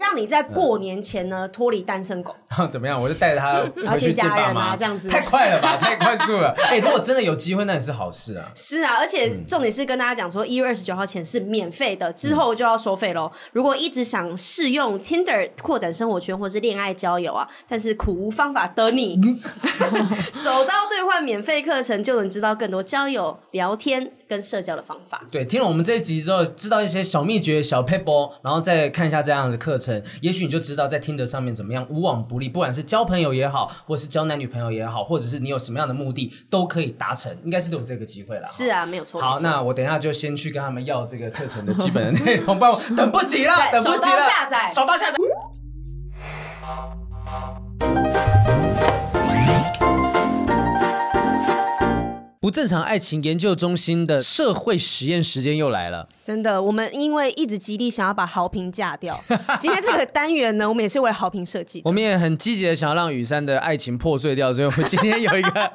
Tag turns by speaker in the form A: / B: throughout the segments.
A: 让你在
B: 嗯
A: 过年前呢脱离单身狗。
B: 然后怎么样？我就带 着他回去
A: 见家
B: 爸
A: 人
B: 妈，
A: 啊这样子
B: 太快了吧，太快速了。哎、如果真的有机会，那也是好事啊。
A: 是啊，而且重点是跟大家讲说，一月二十九号前是免费的，之后就要收费喽。如果一直想试用 Tinder 扩展生活圈或是恋爱交友啊，但是苦无方法的 你，手刀兑换免费课程就能知道更多交友、聊天跟社交的方法。
B: 对，听了我们这一集之后，知道一些小秘诀、小 p e b b l e 然后再看一下这样的课程，也许你就知道在听的上面怎么样无往不利，不管是交朋友也好，或是交男女朋友也好，或者是你有什么样的目的，都可以达成，应该是都有这个机会啦。
A: 是啊，没有错。
B: 好，那我等一下就先去跟他们要这个课程的基本的内 容，不然我等不及了，
A: 对
B: 等不及
A: 手
B: 了，
A: 刀下载
B: 手到下载。不正常爱情研究中心的社会实验时间又来了。
A: 真的，我们因为一直极力想要把好评架 掉，今天这个单元呢，我们也是为好评设计的。
B: 我们也很积极的想要让雨珊的爱情破碎掉，所以我们 今天有一个，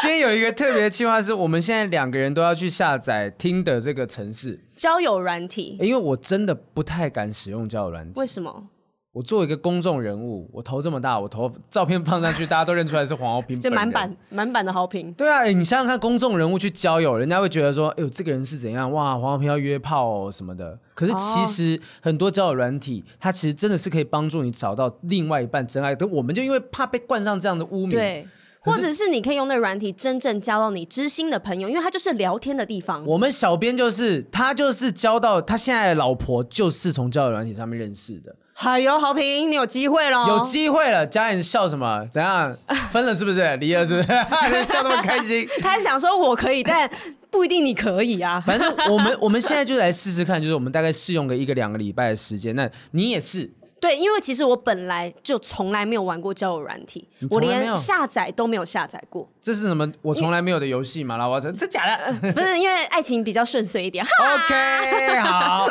B: 今天有一个特别的计划，是我们现在两个人都要去下载听的这个城市，
A: 交友软体，
B: 因为我真的不太敢使用交友软件。
A: 为什么？
B: 我作为一个公众人物，我头这么大，我头照片放上去，大家都认出来是黄浩平，
A: 就满。版满版的好评。
B: 对啊，哎、你想想看，公众人物去交友，人家会觉得说，哎呦，这个人是怎样？哇，黄浩平要约炮哦什么的。可是
A: 哦
B: 其实很多交友软体，它其实真的是可以帮助你找到另外一半真爱。可我们就因为怕被冠上这样的污名，
A: 对，或者是你可以用那个软体真正交到你知心的朋友，因为它就是聊天的地方。
B: 我们小编就是他，就是交到他现在的老婆，就是从交友软体上面认识的。
A: 好有好评，你有机会喽！
B: 有机会了，家人笑什么？怎 样？分了是不是？离了是不是？ 笑那么开心。
A: 他还想说我可以， 但不一定你可以啊。
B: 反正我们我们现在就来试试看，就是我们大概试用个一个两个礼拜的时间。那你也是，
A: 对，因为其实我本来就从来没有玩过交友软体，我
B: 从来没有
A: 连下载都没有下载过。
B: 这是什么？我从来没有的游戏嘛，拉瓦城，这假的。
A: 不是因为爱情比较顺遂一 点，
B: OK，好，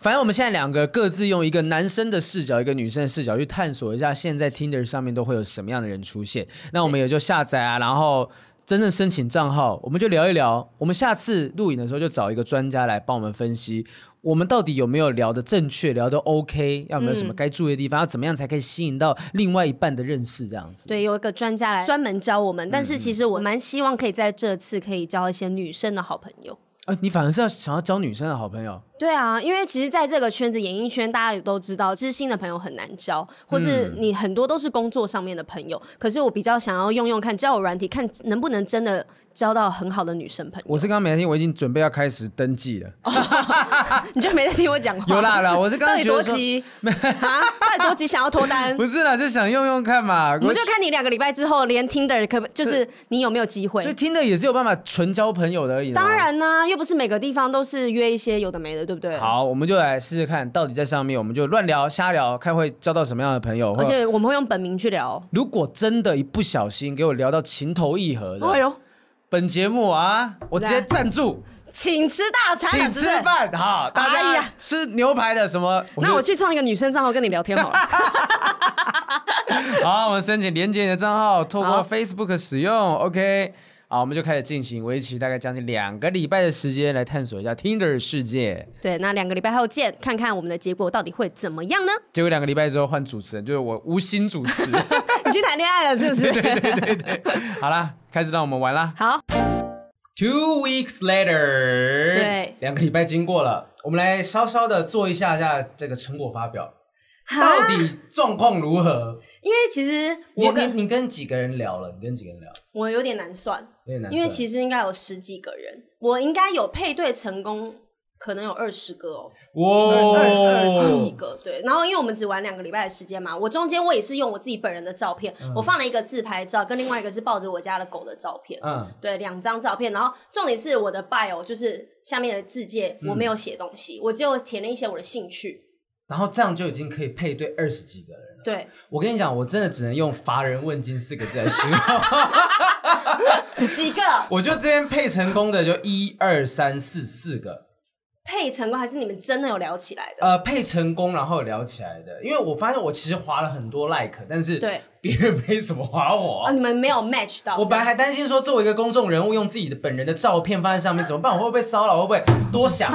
B: 反正我们现在两个各自用一个男生的视角，一个女生的视角去探索一下，现在 Tinder 上面都会有什么样的人出现。那我们也就下载啊，然后真正申请账号，我们就聊一聊。我们下次录影的时候就找一个专家来帮我们分析，我们到底有没有聊的正确，聊的 OK，要没有什么该注意的地方，要怎么样才可以吸引到另外一半的认识，这样子。
A: 对，有一个专家来专门教我们。但
B: 嗯
A: 是其实我蛮希望可以在这次可以交一些女生的好朋友。
B: 啊，你反而是要想要交女生的好朋友，
A: 对啊，因为其实在这个圈子，演艺圈大家也都知道，知心的朋友很难交，或是
B: 嗯
A: 你很多都是工作上面的朋友。可是我比较想要用用看交友软体，看能不能真的交到很好的女生朋友。
B: 我是刚刚没听，我已经准备要开始登记了。
A: 你就没在听我讲话？
B: 有 啦啦我是刚
A: 到
B: 刚
A: 底
B: 觉
A: 多
B: 得说
A: 急啊？到底多急想要脱 单？
B: 不是啦，就想用用看嘛。
A: 我们就看你两个礼拜之后，连 Tinder 可不就是你有没有机
B: 所以
A: 会？
B: 听的也是有办法纯交朋友的而已。
A: 当。然呢、又不是每个地方都是约一些有的没的，对不对？，
B: 好，我们就来试试看，到底在上面我们就乱聊、瞎聊，看会交到什么样的朋友。
A: 而
B: 或
A: 且我们会用本名去聊。
B: 如果真的一不小心给我聊到情投意合的，
A: 哎呦，
B: 本节目啊，我直接赞助，
A: 请吃大餐啊，
B: 请
A: 真
B: 吃
A: 的
B: 饭哈，大
A: 哎
B: 家
A: 呀
B: 吃牛排的什么？
A: 那我
B: 就
A: 去创一个女生账号跟你聊天好 了。
B: 好，我们申请连接你的账号，透
A: 好
B: 过 Facebook 使用，OK。好，我们就开始进行，为期大概将近两个礼拜的时间来探索一下 Tinder 世界。
A: 对，那两个礼拜后见，看看我们的结果到底会怎么 样呢？
B: 结果两个礼拜之后换主持人，就是我无心主 持。
A: 你去谈恋爱了是不是？
B: 好啦，开始让我们玩啦。
A: 好，
B: Two weeks later，
A: 对
B: 两个礼拜经过了，我们来稍稍的做一下下这个成果发表，到底状况如何？
A: 因为其实
B: 你
A: 我
B: 你
A: 跟
B: 你跟几个人聊了？你跟几个人聊？
A: 我有点难算，
B: 有点难算，
A: 因为其实应该有十几个人，我应该有配对成功，可能有二十个哦，二
B: 哇
A: 二十几
B: 哦，
A: 个。对，然后因为我们只玩两个礼拜的时间嘛，我中间我也是用我自己本人的照片，
B: 嗯
A: 我放了一个自拍照，跟另外一个是抱着我家的狗的照片。
B: 嗯，
A: 对，两张照片，然后重点是我的 bio 就是下面的字界
B: 嗯
A: 我没有写东西，我只有填了一些我的兴趣。
B: 然后这样就已经可以配对二十几个人了。
A: 对，
B: 我跟你讲，我真的只能用“乏人问津”四个字 来形容。
A: 几个
B: 我就这边配成功的就一二三四四个，
A: 配成功还是你们真的有聊起来的？
B: 呃，配成功然后聊起来的，因为我发现我其实划了很多 like，但是
A: 对
B: 别人没什么划我。
A: 啊，你们没有 match 到。
B: 哦我本来还担心说，作为一个公众人物，用自己的本人的照片放在上面怎么办？我会不会被 骚扰？会不会多想？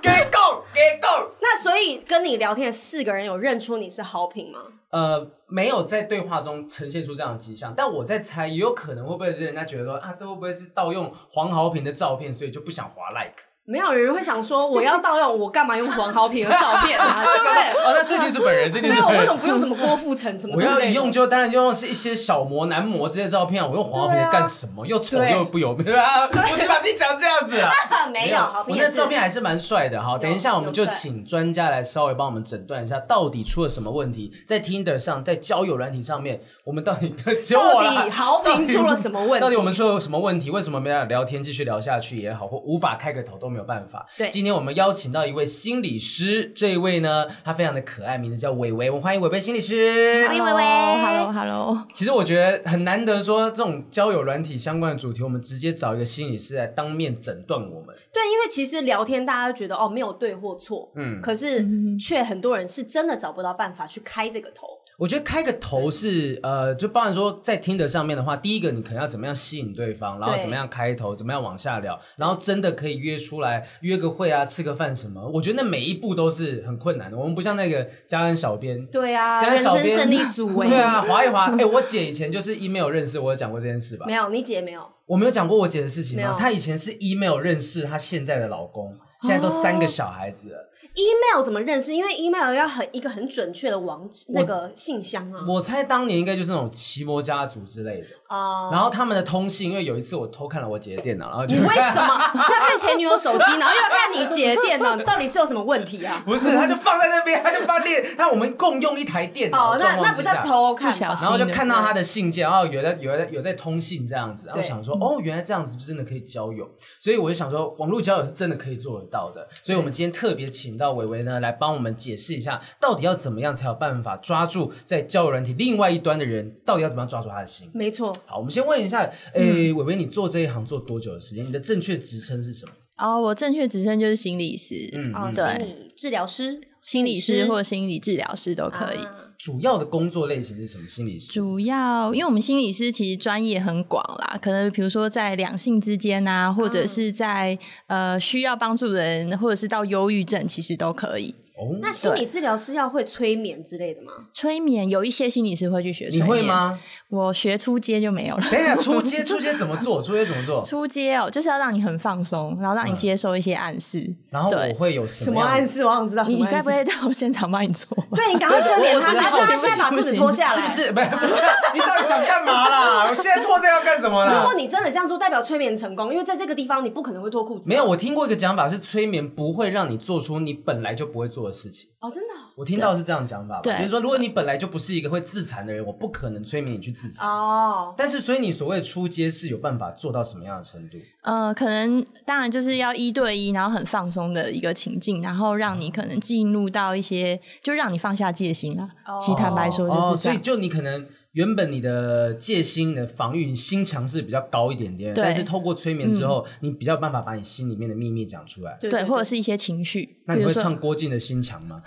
B: 给够，给够。
A: 那所以跟你聊天的四个人有认出你是好评吗？
B: 呃，没有在对话中呈现出这样的迹象，但我在猜，也有可能会不会是人家觉得说啊，这会不会是盗用黄豪平的照片，所以就不想划 like。
A: 没有人会想说我要盗用，我干嘛用黄豪平的照片啊？ 对不对？
B: 哦，那这定是本人，这定
A: 对
B: 是
A: 啊，我
B: 本
A: 为
B: 人
A: 什。么不用什么郭富城什么
B: 我
A: 之
B: 要
A: 类
B: 一用
A: 的？
B: 就当然就用是一些小模、男模之类的照片啊，我用黄豪平
A: 对啊
B: 的干什么？又丑
A: 对
B: 又不有 名啊！
A: 所以
B: 我得把自己讲这样子啊。
A: 没有，好评
B: 我
A: 也
B: 那
A: 是
B: 照。片还是蛮帅的哈。等一下，我们就请专家来稍微帮我们诊断一下，到底出了什么问题，在 Tinder 上，在交友软体上面，我们到底 啊只有
A: 到
B: 我啦
A: 底豪平出了什么问
B: 到底我
A: 题？
B: 们说有什么问题？为什么没有聊天继续聊下去也好，或无法开个头都没有办法？
A: 对
B: 今天我们邀请到一位心理师，这一位呢，他非常的可爱，名字叫伟伟，我们欢迎伟伟心理师。
A: 喂喂喂
C: Hello，Hello，Hello，
B: 其实我觉得很难得说这种交友软体相关的主题，我们直接找一个心理师来当面诊断我们。
A: 对，因为其实聊天大家都觉得哦没有对或错，
B: 嗯
A: 可是却很多人是真的找不到办法去开这个头。
B: 我觉得开个头是呃，就包含说在听的上面的话，第一个你可能要怎么样吸引对方，然后
A: 对
B: 怎么样开头，怎么样往下聊，然后真的可以约出来约个会啊，吃个饭什么。我觉得那每一步都是很困难的。我们不像那个家人小编，
A: 对啊，
B: 加
A: 人
B: 小
A: 生
B: 编
A: 胜利 组哎、
B: 对啊，划一划。哎、我姐以前就是 email 认识，我有讲过这件事吧
A: 没？有你姐没有，
B: 我没有讲过我姐的事情
A: 没有
B: 吗？她以前是 email 认识她现在的老公，现在都三个小孩子了。
A: 哦 email 怎么认识？因为 email 要很一个很准确的网址，
B: 我
A: 那个信箱啊。
B: 我猜当年应该就是那种奇摩家族之类的。
A: 啊、
B: 然后他们的通信，因为有一次我偷看了我姐的电脑，然后就？
A: 你为什么要看前女友手机，然后又要看你姐的电脑？你到底是有什么问题啊
B: 不是，他就放在那边，他就把列，他我们共用一台电脑，
A: 哦，那
B: 状况
A: 那
B: 之
A: 不
B: 下
A: 叫。偷看
C: 不小
A: 吧
C: 心
B: 然后就看到他的信件，然后有在有在有在通信这样子，然后
A: 对
B: 想说哦，原来这样子就真的可以交友，所以我就想说，网络交友是真的可以做得到的。所以我们今天特别请到伟伟呢来帮我们解释一下，到底要怎么样才有办法抓住在交友软体另外一端的人，到底要怎么样抓住他的心。
A: 没错，
B: 好，我们先问一下，诶，伟伟，你做这一行做多久的时间？你的正确职称是什么？
C: 哦，我正确职称就是心理师，
B: 嗯
A: 哦，心
C: 对，
A: 理治疗师、
C: 心理师或心理治疗师都可以。
A: 啊
B: 主要的工作类型是什么？心理师？
C: 主要因为我们心理师其实专业很广啦，可能比如说在两性之间啊，或者是在、呃需要帮助的人，或者是到忧郁症，其实都可以。
B: 哦，
A: 那心理治疗师要会催眠之类的吗？
C: 催眠有一些心理师会去学
B: 你
C: 催眠，
B: 会？吗？
C: 我学初阶就没有了。
B: 等一下，出街出街怎么做？出街怎么做？
C: 初阶哦，就是要让你很放松，然后让你接受一些暗示。
B: 然后我
C: 对
B: 会有什
A: 什
B: 么
A: 么
B: 样的
A: 暗？示？我想知道什
C: 你
A: 么
C: 该
A: 暗
C: 不
A: 示。
C: 会到现场帮你做吧？
A: 对你赶快催哎眠他，
B: 对
A: 然后叫
B: 我知
A: 他
B: 道
A: 现在把裤子脱下
B: 是
A: 来。
B: 不 是？不是，不是，你到底想干嘛 啦？我现在脱这要干什么
A: 如
B: 啦
A: 果？你真的这样做，代表催眠成功，因为在这个地方你不可能会脱裤子。
B: 没有，我听过一个讲法是，催眠不会让你做出你本来就不会做的事情。
A: 哦，真的
B: 我听到是这样的讲法吧，
C: 对
B: 比如说，如果你本来就不是一个会自残的人，我不可能催眠你去自残。
A: 哦。
B: 但是，所以你所谓的出街是有办法做到什么样的程度？
C: 呃，可能当然就是要一对一，然后很放松的一个情境，然后让你可能进入到一些，就让你放下戒心啦。
A: 哦
C: 其实坦白说就
B: 哦，
C: 是这
B: 所以
C: 样。
B: 就你可能原本你的戒心、你的防御、你心墙是比较高一点点，
C: 对
B: 但是透过催眠之后，
A: 嗯
B: 你比较有办法把你心里面的秘密讲出来。
A: 对哦
C: 对，或者
A: 是
C: 是一些情绪，
B: 那
C: 比
B: 你
C: 如
B: 会
C: 说
B: 唱郭靖的《心墙》吗？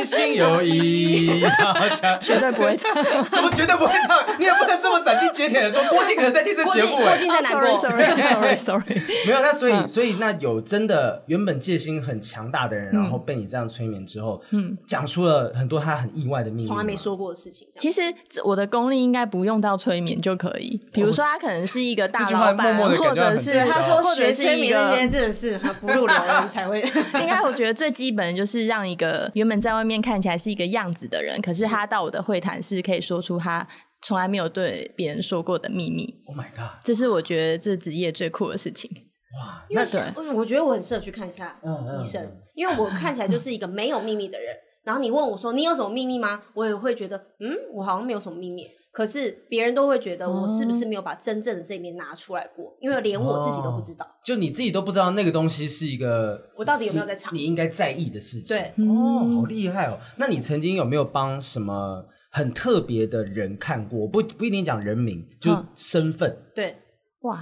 B: 一心有一，然后墙
C: 绝对不 会唱。
B: 怎么绝对不会唱？你也不能这么斩钉截铁的说郭靖可能在听这
A: 郭
B: 节
A: 靖，
B: 目
A: 郭
B: 哎、
A: 靖在难
C: sorry
A: 过。
C: sorry sorry sorry。
B: 没有，那所以所以那有真的原本戒心很强大的人，然后被你这样催眠之后，嗯，讲出了很多他很意外的秘密吗，
A: 从来没说过的事情，这样
C: 其实这我的功力应该不用到催眠就可以，比如说他可能是一个
B: 哦这
C: 大
B: 句话
C: 老板，
B: 默默地感
C: 或
B: 觉到
C: 者
B: 很
C: 是
B: 对
A: 他说
C: 或者
A: 学
C: 是
A: 催
C: 一
A: 眠
C: 个
A: 那些真 的是很不入流 的人才会。
C: 应该我觉得最基本的就是让一个原本在外面看起来是一个样子的人，可是他到我的会谈室可以说出他从来没有对别人说过的秘密，
B: ，Oh my god，
C: 这是我觉得这职业最酷的事情。
B: 哇，
A: 因为
B: 那
A: 是嗯我觉得我很适合去看一下
B: 嗯嗯
A: 医生，因为我看起来就是一个没有秘密的人。 然后你问我说你有什么秘密吗？我也会觉得，嗯，我好像没有什么秘密。可是别人都会觉得我是不是没有把真正的这一面拿出来过？因为连我自己都不知道，
C: 哦
B: 就你自己都不知道那个东西是一个
A: 我到底有没有在藏
B: 你应该在意的事情。
A: 对，
C: 嗯
B: 哦，好厉害哦！那你曾经有没有帮什么很特别的人看过？不不一定讲人名，
C: 嗯
B: 就身份。
A: 对，
C: 哇，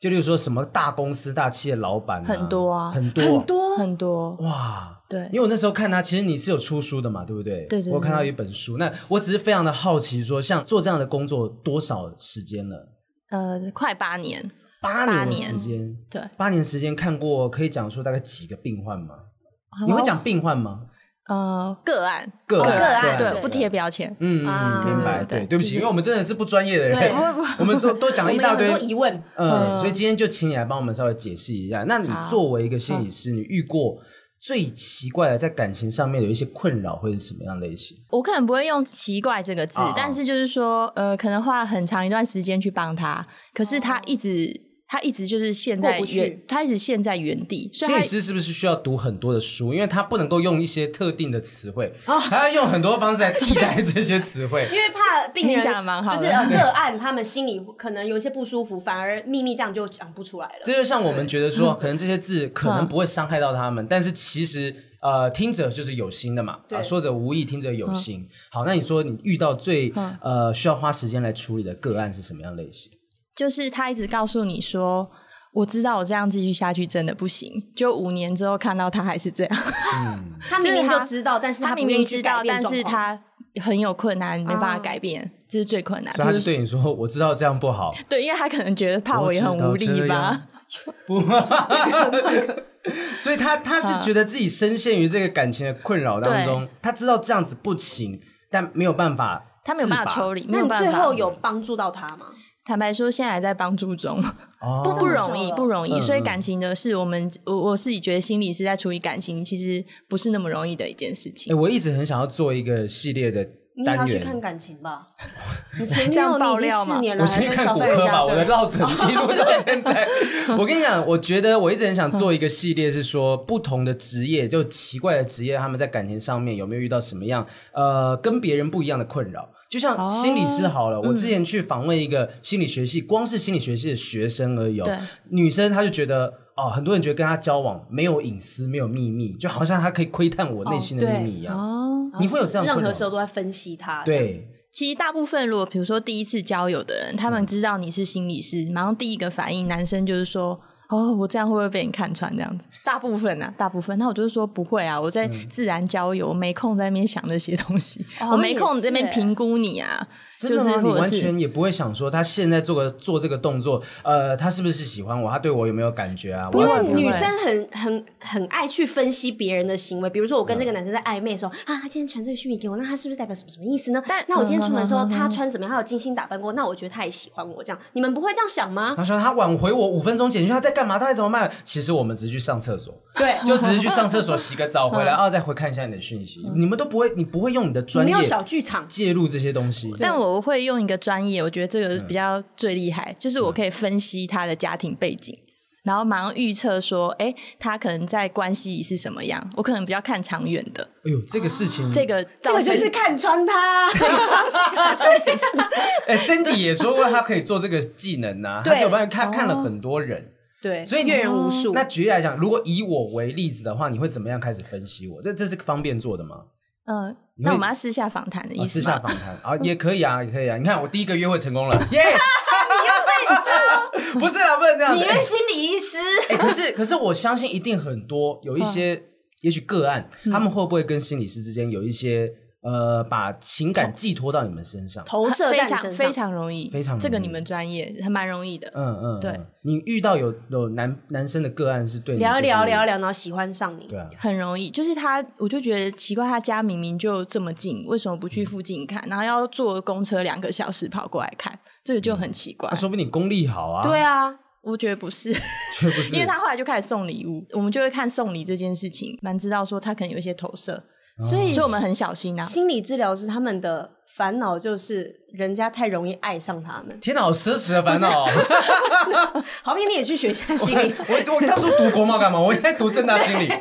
B: 就例如说什么大公司、大企业老板啊、
C: 很多啊
B: 很多，
A: 很多
C: 很多
B: 哇！
C: 对
B: 因为我那时候看他，其实你是有出书的嘛，对不对？
C: 对对对
B: 我看到一本书，那我只是非常的好奇说像做这样的工作多少时间了？
C: 呃，快八年，
B: 八
C: 八
B: 的
C: 年
B: 时间，
C: 对，哦
B: 八年时间看过，可以讲出大概几个病患吗？你会讲病患吗？
C: 呃个案，
B: 个
A: 个案
B: 案
A: 对
C: 对，不贴标签。
B: 嗯，
A: 啊
B: 嗯明白。
C: 对
B: 对，对不起，因为我们真的是不专业的
A: 对
B: 人， 我们说都讲了一大堆
A: 我们有很多疑问。
B: 嗯，所以今天就请你来帮我们稍微解释一下。那你作为一个心理师，你遇过最奇怪的在感情上面有一些困扰会是什么样类型？
C: 我可能不会用“奇怪”这个字，
B: 啊
C: 但是就是说，呃，可能花了很长一段时间去帮他，可是他一直。他一直就是陷在
A: 过不去
C: 原，他一直陷在原地，所
B: 心
C: 以他
B: 理师是不是需要读很多的书？因为他不能够用一些特定的词汇，
A: 哦
B: 他要用很多方式来替代这些词汇。
A: 因为怕病人
C: 你讲得蛮好的
A: 就是呃个案，他们心里可能有一些不舒服，反而秘密这样就讲不出来了。
B: 这就像我们觉得说，
C: 嗯
B: 可能这些字可能不会伤害到他们，但是其实呃，听者就是有心的嘛，
A: 对
B: 啊，说者无意，听者
C: 嗯
B: 有心。好，那你说你遇到最呃需要花时间来处理的个案是什么样类
C: 啊
B: 型？
C: 就是他一直告诉你说，我知道我这样继续下去真的不行，就五年之后看到他还是这样，
A: 他明明就知道，但是
C: 他
A: 不
C: 明
A: 愿意
C: 明
A: 去
C: 知
A: 改
C: 道，
A: 变
C: 但
A: 状
C: 是
A: 况
C: 他很有困难，没办法
A: 哦
C: 改变，这是最困难。
B: 所以他
C: 比
B: 就
C: 如说
B: 对你说：“我知道这样不好，
C: 对，因为他可能觉得怕我也很无力 吧，
B: 不， 所以他他
C: 嗯
B: 是觉得自己深陷于这个感情的困扰当中，他知道这样子不行，但没有办法，
C: 他没有办法抽
B: 离，
C: 离，没
A: 那
C: 有
A: 你
C: 办法。
A: 最后有帮助到他吗？
C: 坦白说，现在还在帮助中，
B: 哦
C: 不不容易，
A: 哦
C: 不容易。
B: 嗯
C: 所以感情的事，我们我我自己觉得心理是在处理感情，其实不是那么容易的一件事
B: 哎、
C: 情。
B: 我一直很想要做一个系列的
A: 你也要
B: 单
A: 去
B: 元，
A: 看感情吧。你前女
C: 这样
A: 友你已
C: 爆
A: 经
C: 料
A: 四
C: 吗
A: 年了，
B: 我
A: 还
B: 先
A: 在
B: 看
A: 消
B: 骨
A: 费人
B: 科吧，
A: 家，
B: 我的
A: 对，
B: 绕枕一路到 现在。我跟你讲，我觉得我一直很想做一个系列，是说不同的职业，就奇怪的职业，他们在感情上面有没有遇到什么样呃跟别人不一样的困扰？就像心理
A: 哦
B: 师好
A: 嗯
B: 了，我之前去访问一个心理学系，光是心理学系的学生而已、哦
C: 对，
B: 女生她就觉得。哦，很多人觉得跟他交往没有隐私，没有秘密，就好像他可以窥探我内心的
A: 哦对
B: 秘密一样。
C: 哦，
B: 你会有这样的
A: 任
B: 困
A: 何
B: 扰
A: 时候都在分析他。这样，
B: 对，啊
C: 其实大部分如果比如说第一次交友的人，他
B: 嗯
C: 们知道你是心理师，马上第一个反应，男生就是说。哦，我这样会不会被你看穿？这样子，大部分啊，大部分。那我就是说不会啊，我在
B: 嗯
C: 自然交友，我没空在那边想那些东西，
A: 哦
C: 我没
A: 也
C: 空在那边
A: 是
C: 评估你啊，
B: 真
C: 就
B: 的
C: 是
B: 吗？你
C: 或者
B: 完
C: 是
B: 全也不会想说他现在做个做这个动作，呃，他是不是喜欢我？他对我有没有感觉啊？我
A: 因
B: 要怎
A: 为
B: 么
A: 女生很很很爱去分析别人的行为，比如说我跟这个男生在暧昧的时候，啊，他今天传这个讯息给我，那他是不是代表什么什么意思呢？但那我
B: 嗯
A: 今天出门的时候，他穿怎么样，他有精心打扮过，那我觉得他也喜欢我，这样你们不会这样想吗？
B: 他说他挽回我五分钟简讯，他在干嘛？他在怎么办？其实我们只是去上厕所，
A: 对，
B: 就只是去上厕所洗个 澡回来，然后再回看一下你的讯息。你们都不会，你不会用你的
A: 你
B: 专
A: 没
B: 业
A: 有小剧场，
B: 介入这些东西。
C: 但我会用一个专业，我觉得这
B: 嗯
C: 个比较最厉害，就是我可以分析他的家庭背景，然后马上预测说，哎，他可能在关系里是什么样。我可能比较看长远的，
B: 哎呦，这个事情，
C: 这个
A: 这
C: 造
A: 个
C: 成
A: 就是看穿他。
B: 哎，Cindy 也说过他可以做这个技能呐，
A: 对
B: 他是有办法，他看了很多人。
A: 对，
B: 所以你
A: 阅人无数。
B: 那举例来讲，如果以我为例子的话，你会怎么样开始分析我？这这是方便做的吗？
C: 嗯、
B: 你
C: 那
B: 会
C: 我们要私下访谈的
B: 啊
C: 意
B: 私
C: 思
B: 下
C: 吗？
B: 访谈啊，也可 以啊，也可以啊。你看我第一个约会成功了，耶！你又在你这，不是啦，不能这样
A: 你
B: 子。
A: 因为 心理医师，
B: 哎可是可是我相信一定很多有一
A: 嗯
B: 些，也许个案，他们会不会跟心理师之间有一些呃，把情感寄托到你们身上？
A: 投射
C: 非
A: 在你
C: 常
A: 身上
C: 非，常容易，
B: 非常容易
C: 这个你们专业还蛮容易的。
B: 嗯嗯，嗯
C: 对。
B: 你遇到有有男男生的个案是对你
A: 聊一聊
B: 就是
A: 聊一聊，然后喜欢上你
B: 对。啊，
C: 很容易，就是他，我就觉得奇怪，他家明明就这么近，为什么
B: 嗯
C: 不去附近看？然后要坐公车两个小时跑过来看，这个就
B: 嗯
C: 很奇怪
B: 那。啊说不定功力好啊，
A: 对，啊，
C: 我觉得 不是，
B: 却不是
C: 因为他后来就开始送礼物，我们就会看送礼这件事情，蛮知道说他可能有一些投射，
B: 哦
A: 所以
C: 所以我们很小心啊。
A: 心理治疗师他们的烦恼就是人家太容易爱上他 们。
B: 天哪，好奢侈的烦恼哦。，
A: 好比你也去学一下心 理
B: 我我当初读国贸干嘛？我应该读正大 心理。
C: 啊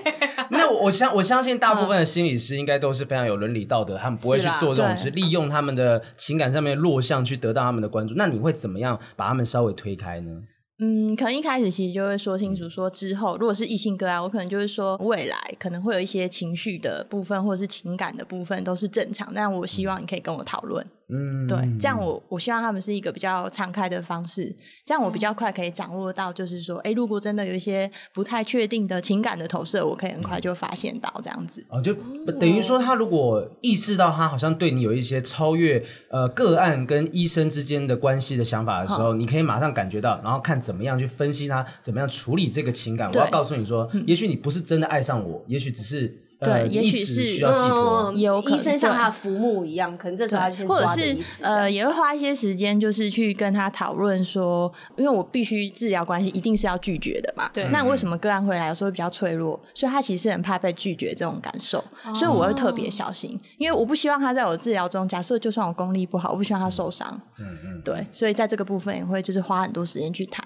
B: 那我我相我相信大部
C: 嗯
B: 分的心理师应该都是非常有伦理道德，他们不会去
A: 是啦
B: 做这种
C: 对
B: 事，利用他们的情感上面的弱项去得到他们的关注。那你会怎么样把他们稍微推开呢？
C: 嗯，可能一开始其实就会说清
B: 嗯
C: 楚，说之后如果是异性个案，我可能就会说未来可能会有一些情绪的部分或者是情感的部分都是正常，但我希望你可以跟我讨论，
B: 嗯，
C: 对，这样我我希望他们是一个比较敞开的方式，这样我
B: 嗯
C: 比较快可以掌握到，就是说，哎，如果真的有一些不太确定的情感的投射，我可以
B: 嗯
C: 很快就发现到这样子。
B: 哦，就等于说，他如果意识到他好像对你有一些超越呃个案跟医生之间的关系的想法的时候，你可以马上感觉到，然后看怎么样去分析他，怎么样处理这个情感。我
C: 对嗯
B: 要告诉你说，也许你不是真的爱上我，也许只是呃
C: 对也许
B: 一时
C: 是嗯
B: 需要寄托。
A: 嗯
C: 也有可能
A: 医生像他的浮木一样，可能这时候他就先
C: 或
A: 抓
C: 者
A: 着
C: 是
A: 医师这样
C: 呃，也会花一些时间，就是去跟他讨论说，因为我必须治疗关系一定是要拒绝的嘛。
A: 对
C: 那为
B: 嗯
C: 什么个案会来，有时候比较脆弱，所以他其实很怕被拒绝这种感受，
A: 哦
C: 所以我会特别小心，因为我不希望他在我治疗中，假设就算我功力不好，我不希望他受伤。
B: 嗯嗯，
C: 对，所以在这个部分也会就是花很多时间去谈。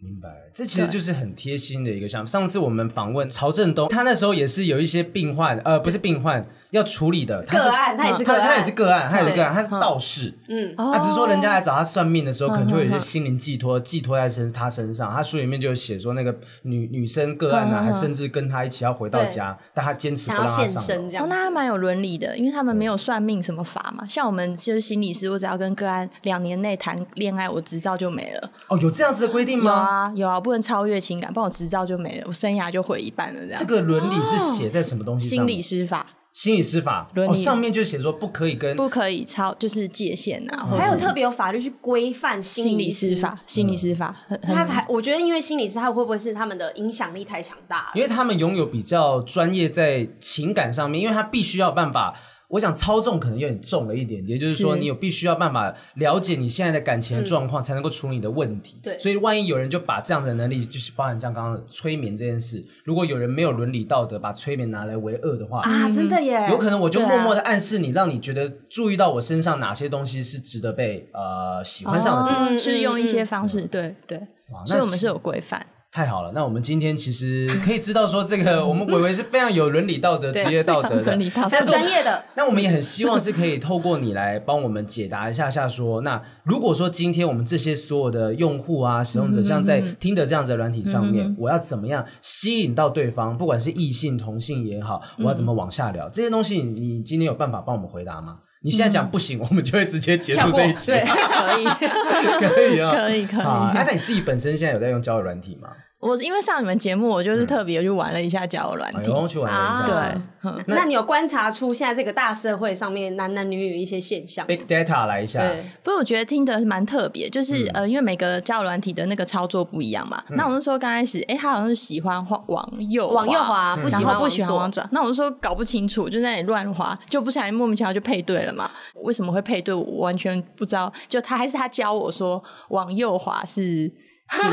B: 明白，这其实就是很贴心的一个项目。上次我们访问曹振东，他那时候也是有一些病患，呃，不是病患要处理的
A: 个案他也是个案
B: 他也是个案，他也是个案，他是道士，嗯，
A: 哦
B: 他只是说人家来找他算命的时
A: 嗯
B: 候，可能就有一些心灵寄托，寄托在身他身上。他书里面就有写说，那个女女生个案啊
A: 嗯
B: 呢，还甚至跟他一起要回到家，但他坚持不
A: 想
B: 让
A: 要
B: 他
A: 现
B: 上楼
A: 身。这
C: 哦
A: 样，子，
C: 那还蛮有伦理的，因为他们没有算命什么法嘛。像我们就是心理师，我只要跟个案两年内谈恋爱，我执照就没了。
B: 哦，有这样子的规定
C: 有
B: 吗？
C: 啊，有啊，不能超越情感，不然我执照就没了，我生涯就毁一半了这样。
B: 这个伦理是写
A: 啊
B: 在什么东西上
C: 心
B: 面？
C: 理师法
B: 心理师法
C: 伦
B: 哦，
C: 理
B: 上面就写说不可以跟
C: 不可以超，就是界限啊，或者
A: 还有
C: 是
A: 特别有法律去规范
C: 心
A: 心
C: 理
A: 理
C: 师
A: 师。
C: 法，心理师法
B: 嗯
C: 很
A: 他
C: 很
A: 还我觉得，因为心理师，他会不会是他们的影响力太强大了？
B: 因为他们拥有比较专业在情感上面，因为他必须要办法。我想操纵可能有点重了一点，也就是说，
C: 是嗯
B: 你有必须要办法了解你现在的感情的状况，才能够处理你的问题。
A: 对
B: 所以万一有人就把这样的能力，就是包含像刚刚的催眠这件事，如果有人没有伦理道德，把催眠拿来为恶的话，
A: 啊，真的耶！
B: 有可能我就
C: 对啊
B: 默默的暗示你，让你觉得注意到我身上哪些东西是值得被呃喜欢上的。嗯
C: 嗯，
A: 嗯
C: 是用一些方式，对对，
B: 哇
C: 所以
B: 那
C: 我们是有规 范，
B: 太好了，那我们今天其实可以知道说，这 个我们伟伟是非常有伦理道德、
C: 对
B: 职业道德的，
C: 非常伦理道德
B: 但是我
A: 专业的。
B: 那我们也很希望是可以透过你来帮我们解答一下下说，那如果说今天我们这些所有的用户啊、使用者，像在听的这样子的软体上
C: 嗯
B: 面，我要怎么样吸引到对方，不管是异性、同性也好，
C: 嗯
B: 我要怎么往下聊这些东西你，你今天有办法帮我们回答吗？你现在
C: 嗯
B: 讲不行，我们就会直接结束这一集，
A: 对
C: 可以
B: 可以啊，
C: 可以可以
B: 啊，哎那你自己本身现在有在用交友软体吗？
C: 我因为上你们节目，我就是特别去玩了一下交友软
B: 嗯哎
C: 体，
B: 呦，去玩了一下。
C: 对，
A: 那你有观察出现在这个大社会上面男男女女一些现象？
B: Big data 来一下，
A: 对，
C: 不过我觉得听的蛮特别，就是、
A: 嗯
C: 呃，因为每个交友软体的那个操作不一样嘛。那我那时候刚开始，哎、他好像是喜欢滑往右
A: 往右滑不喜欢
C: 嗯然后不
A: 往
C: 喜欢
A: 左
C: 往左。那我那时候搞不清楚，就在那里乱滑，就不小心莫名其妙就配对了嘛。为什么会配对？我完全不知道。就他还是他教我说，往右滑是。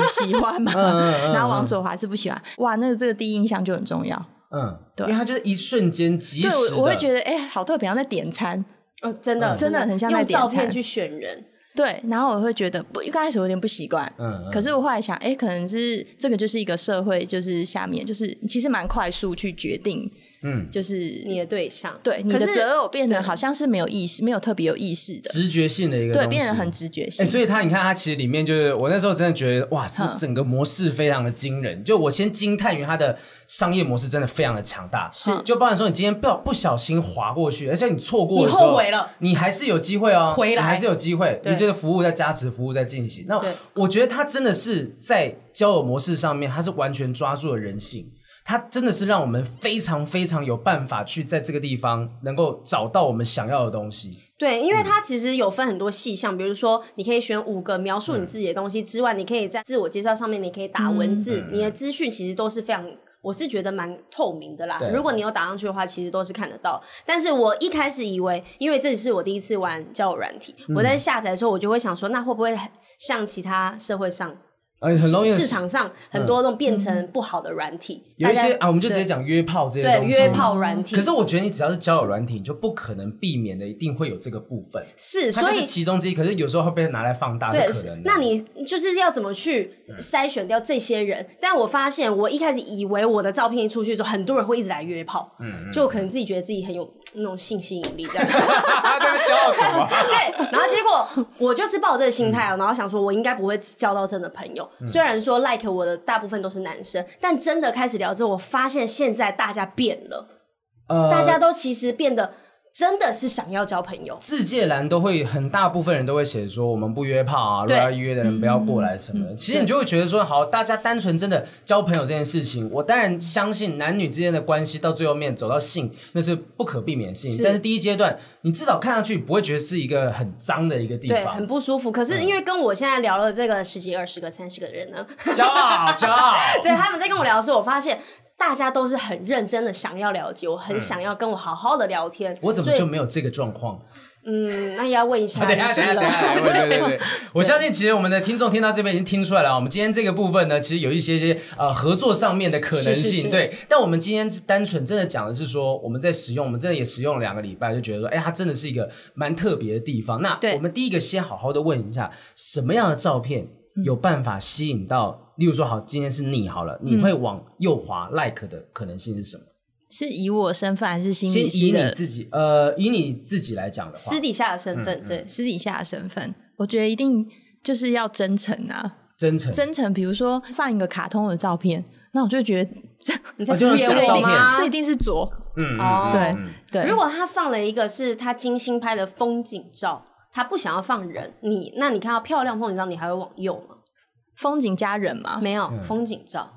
C: 喜喜 欢
A: 嗯
C: 嘛，然后往左滑是不喜欢，哇，那个这个第一印象就很重要。
B: 嗯，
C: 对
B: 因为它就是一瞬间及时
C: 对，
B: 的，
C: 我我会觉得，哎、好特别，像在点餐，
A: 哦，真的，
C: 真的很像在
A: 用
C: 点
A: 照
C: 餐
A: 片去选人，
C: 对，然后我会觉得不，刚开始我有点不习惯，
B: 嗯嗯
C: 可是我后来想，哎、可能是这个就是一个社会，就是下面就是其实蛮快速去决定，
B: 嗯，
C: 就是
A: 你的对象。
C: 对你
A: 可
C: 的
A: 是
C: 择偶变得好像是没有意识，没有特别有意识的，
B: 直觉性的一个
C: 对，
B: 东
C: 变得
B: 西
C: 很直觉性。
B: 哎、所以他你看，他其实里面就是我那时候真的觉得，哇，是
C: 嗯
B: 整个模式非常的惊人。就我先惊叹于它的商业模式真的非常的强大，
C: 是
B: 就包含说你今天不不小心滑过去，而且你错过的
A: 你
B: 时候
A: 后悔了，
B: 你还是有机会哦，
A: 回来
B: 你还是有机会，
A: 对
B: 你这个服务在加持，服务在进行。那
A: 对
B: 我觉得他真的是在交友模式上面，他是完全抓住了人性。他真的是让我们非常非常有办法去在这个地方能够找到我们想要的东西。
A: 对，因为它其实有分很多细项，比如说你可以选五个描述
B: 嗯
A: 你自己的东西之外，你可以在自我介绍上面，你可以
C: 嗯
A: 打文字，
B: 嗯
A: 你的资讯其实都是非常。我是觉得蛮透明的啦
B: 对，
A: 如果你有打上去的话，其实都是看得到。但是我一开始以为，因为这是我第一次玩交友软体，
B: 嗯
A: 我在下载的时候，我就会想说，那会不会像其他社会上、
B: 而且呃很容易嗯
A: 市场上很多那种
C: 嗯
A: 变成不好的软体？
B: 有一
A: 大
B: 些
A: 家
B: 啊，我们就直接讲约炮这些
A: 对
B: 东西。
A: 约炮软体
B: 可，是我觉得你只要是交友软体，你就不可能避免的，一定会有这个部分。
A: 是
B: 它
A: 所
B: 就是
A: 以
B: 其中之一，可是有时候会被拿来放大，
A: 对
B: 是可能的，。嗯
A: 那 你 就是要怎么去筛选掉这些人？但我发现，我一开始以为我的照片一出去之后，很多人会一直来约炮，
B: 嗯
A: 就我可能自己觉得自己很有那种性吸引力这 样。
B: 他在骄傲什么？
A: 对，然后结果我就是抱这个心
B: 嗯
A: 态哦、然后想说我应该不会交到真的朋友。虽然说 like 我的大部分都是男生，但真的开始聊之后，我发现现在大家变了，
B: 呃，
A: 大家都其实变得真的是想要交朋友。
B: 字界栏都会很大部分人都会写说我们不约炮啊，如
A: 对
B: 果要约的人不要过来什
A: 嗯
B: 么的。其实你就会觉得说，好，大家单纯真的交朋友这件事情，我当然相信男女之间的关系到最后面走到性，那是不可避免的事情。
A: 是
B: 但是第一阶段，你至少看上去不会觉得是一个很脏的一个地
A: 对，
B: 方嗯
A: 很，不舒服。可是因为跟我现在聊了这个十几、二十个、三十个人呢，
B: 骄傲，骄傲。
A: 对，他们在跟我聊的时候，我发现大家都是很认真的想要了解我，很想要跟我好好的聊天。
B: 嗯我怎么
A: 所以
B: 就没有这个状况？
A: 嗯，那也要问一下
B: 啊等一
A: 律
B: 下，
A: 师
B: 等一下，
A: 了
B: 等一。下，对对对对，我相信其实我们的听众听到这边已经听出来了啊，我们今天这个部分呢，其实有一些些呃合作上面的可能性，
A: 是是是
B: 对。但我们今天单纯真的讲的是说，我们在使用，我们真的也使用了两个礼拜，就觉得说，哎，它真的是一个蛮特别的地方。那
A: 对
B: 我们第一个先好好的问一下，什么样的照片
A: 嗯
B: 有办法吸引到？例如说，好，今天是你好了，
A: 嗯
B: 你会往右滑 like 的可能性是什么？
C: 是以我身份还是心
B: 先
C: 理
B: 以
C: 师
B: 你
C: 的
B: 自己，呃，以你自己来讲的 话
A: 私，底下的身份，
B: 嗯
A: 对，
C: 私底下的身份？我觉得一定就是要真诚啊，
B: 真诚，
C: 真诚。比如说放一个卡通的照片，那我就觉得这
A: 你在
B: 哦
A: 敷
B: 就是假
A: 衍
B: 照
A: 我
B: 片
A: 吗？
C: 这一定是左，
B: 嗯，嗯
A: 哦
C: 对
B: 嗯
C: 对。
A: 如果他放了一个是他精心拍的风景照，他不想要放人，你那你看到漂亮风景照，你还会往右吗？
C: 风景加人嘛，
A: 没
B: 嗯
A: 有，风景照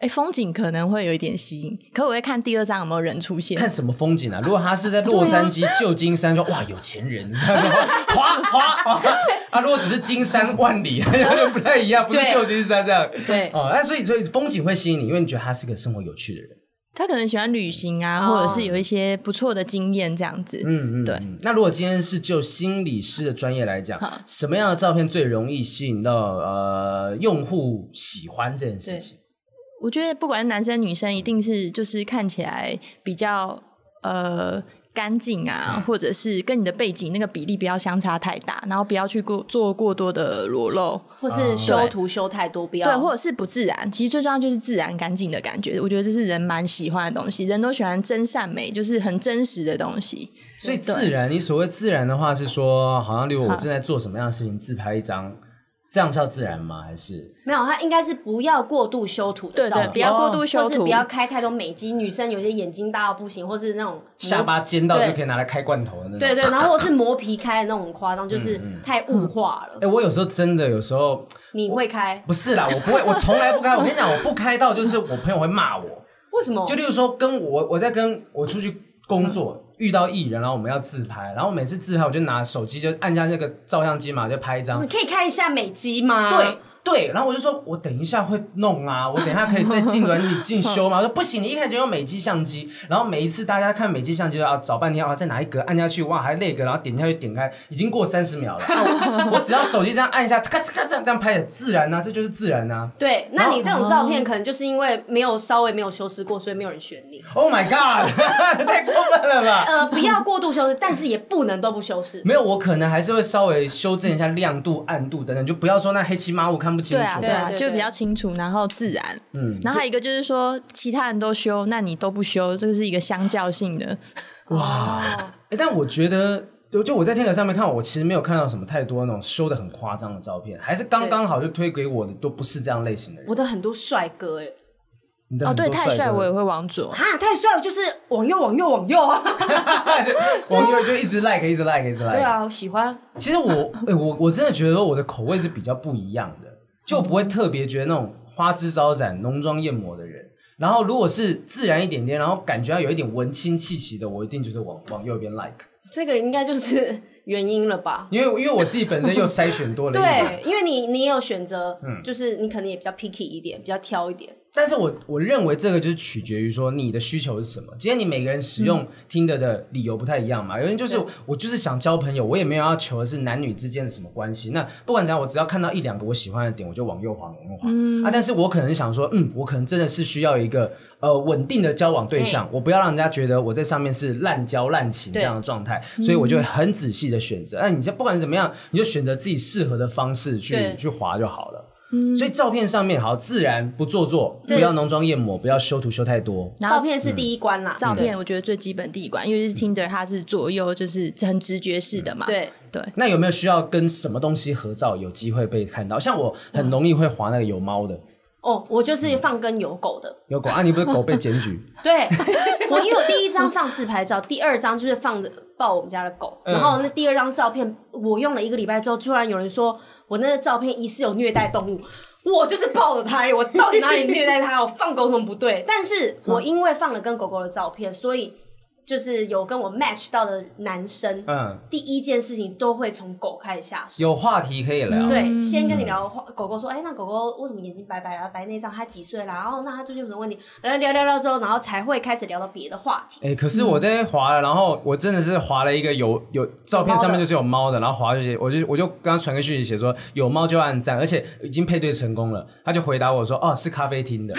C: 哎，风景可能会有一点吸引，可我会看第二张有没有人出现。
B: 看什么风景啊？如果他是在洛杉矶、旧金山，说哇有钱 人，他就说滑滑滑啊。如果只是金山万 里，那就不太一样，不是
A: 对
B: 旧金山这样。
A: 对
B: 哦，那所以所以风景会吸引你，因为你觉得他是个生活有趣的人。
C: 他可能喜欢旅行啊，
A: 哦
C: 或者是有一些不错的经验这样子。
B: 嗯嗯，
C: 对
B: 嗯。那如果今天是就心理师的专业来讲
C: 好，
B: 什么样的照片最容易吸引到呃用户喜欢这件事情？
C: 我觉得不管是男生女生，一定是就是看起来比较呃干净啊，或者是跟你的背景那个比例不要相差太大，然后不要去过做过多的裸露，
A: 或
B: 嗯
A: 是修图修太多，不要
C: 对，或者是不自然。其实最重要就是自然干净的感觉，我觉得这是人蛮喜欢的东西，人都喜欢真善美，就是很真实的东西。
B: 所以
C: 对
B: 自然，你所谓自然的话是说，好像例如我正在做什么样的事情，自拍一张，这样叫自然吗？还是
A: 没有，他应该是不要过度修图的
C: 对
A: 照
C: 对，
A: 片
C: 不要过度修
A: 或是
C: 图，
A: 不要开太多美肌。女生有些眼睛大到不行，或是那种
B: 下巴尖到就可以拿来开罐头的那种？
A: 对对，然后或是磨皮开的
C: 嗯
A: 那种很夸张，就是太物化了。
B: 哎、我有时候真的有时候
A: 你会开？
B: 不是啦，我不会，我从来不开。我跟你讲，我不开到就是我朋友会骂我。
A: 为什么？
B: 就例如说，跟我我在跟我出去工作遇到艺人，然后我们要自拍，然后每次自拍我就拿手机就按下那个照相机嘛，就拍一张
A: 你。可以开一下美肌
C: 嗯
A: 吗？
B: 对。对，然后我就说，我等一下会弄 啊，我等一下可以再进软体进修嘛。我说不行，你一开始就用美机相机，然后每一次大家看美机相机啊，找半天啊，再拿一格按下去，哇，还那格，然后点下去点开，已经过三十秒 了。那我我只要手机这样按一下，咔咔咔这样这样拍的自然呐、啊这就是自然呐、
A: 对，那你这种照片可能就是因为没有稍微没有修饰过，所以没有人选你。
B: Oh my god，太 过分了吧！
A: 呃，不要过度修饰，但是也不能都不修饰。
B: 没有，我可能还是会稍微修正一下亮度、暗度等等，就不要说那黑漆麻我看不清
C: 对
B: 楚。
C: 啊，对
A: 对
C: 啊，
A: 对
C: 就
A: 对
C: 比较清楚，然后自然。
B: 嗯
C: 嗯，然后还有一个就是说，其他人都修，那你都不修，这是一个相较性的。
A: 哇，
B: 欸但我觉得，就就我在天台上面看，我其实没有看到什么太多那种修的很夸张的照片，还是刚刚好就推给我的都不是这样类型的人。
A: 我的很多帅哥哎、
B: 你的
C: 哦，
B: 很多
C: 对，太帅
B: 哥
C: 我也会往左。
A: 啊，太帅了就是往右往右往右啊！
B: 网友就一直 like，一直 like，一直 like。
A: 对，啊，我喜欢
B: 其实我，欸我我真的觉得我的口味是比较不一样的，就不会特别觉得那种花枝招展、浓妆艳抹的人。然后如果是自然一点点，然后感觉到有一点文青气息的，我一定就是往往右边 like，
A: 这个应该就是原因了吧？
B: 因为因为我自己本身又筛选多了一点。
A: 对，因为你你也有选择，就是你可能也比较 picky 一点，比较挑一点。
B: 但是我我认为这个就是取决于说你的需求是什么。今天你每个人使用 Tinder 的理由不太一样嘛，有人就是我就是想交朋友，我也没有要求的是男女之间的什么关系。那不管怎样，我只要看到一两个我喜欢的点，我就往右滑，往右滑、啊。但是我可能想说，嗯，我可能真的是需要一个呃稳定的交往对象，我不要让人家觉得我在上面是滥交滥情这样的状态，所以我就会很仔细的选择。那、你这不管怎么样，你就选择自己适合的方式去
A: 对
B: 去滑就好了。所以照片上面好自然不做作，不
A: 对
B: 要浓妆艳抹，不要修图修太多。
C: 然
A: 照
C: 后
A: 片是第一关啦，
C: 照片我觉得最基本第一
B: 嗯
C: 关，因为是 Tinder 它是左右就是很直觉式的嘛。
A: 嗯对，
C: 对，
B: 那有没有需要跟什么东西合照，有机会被看到？像我很容易会划那个有猫的，
A: 哦，我就是放跟有狗的，
B: 有狗啊，你不是狗被检 举？
A: 对我，因为我第一张放自拍照，第二张就是放着抱我们家的狗，然后那第二张照片我用了一个礼拜之后，突然有人说我那个照片疑似有虐待动物。我就是抱着它而已，我到底哪里虐待它？我放狗有什么不对？但是我因为放了跟狗狗的照片，所以就是有跟我 match 到的男生，
B: 嗯，
A: 第一件事情都会从狗开始下手。
B: 有话题可以聊。
A: 对，先跟你聊狗狗说，哎、那狗狗为什么眼睛白白啊，白内障，它几岁啦？然后那它最近有什么问题？然后聊聊聊之后，然后才会开始聊到别的话题。
B: 哎、可是我在划了，然后我真的是划了一个有有照片上面就是有猫的，然后划就写，我就我就刚刚传个讯息写说有猫就按赞，而且已经配对成功了，他就回答我说哦是咖啡厅的，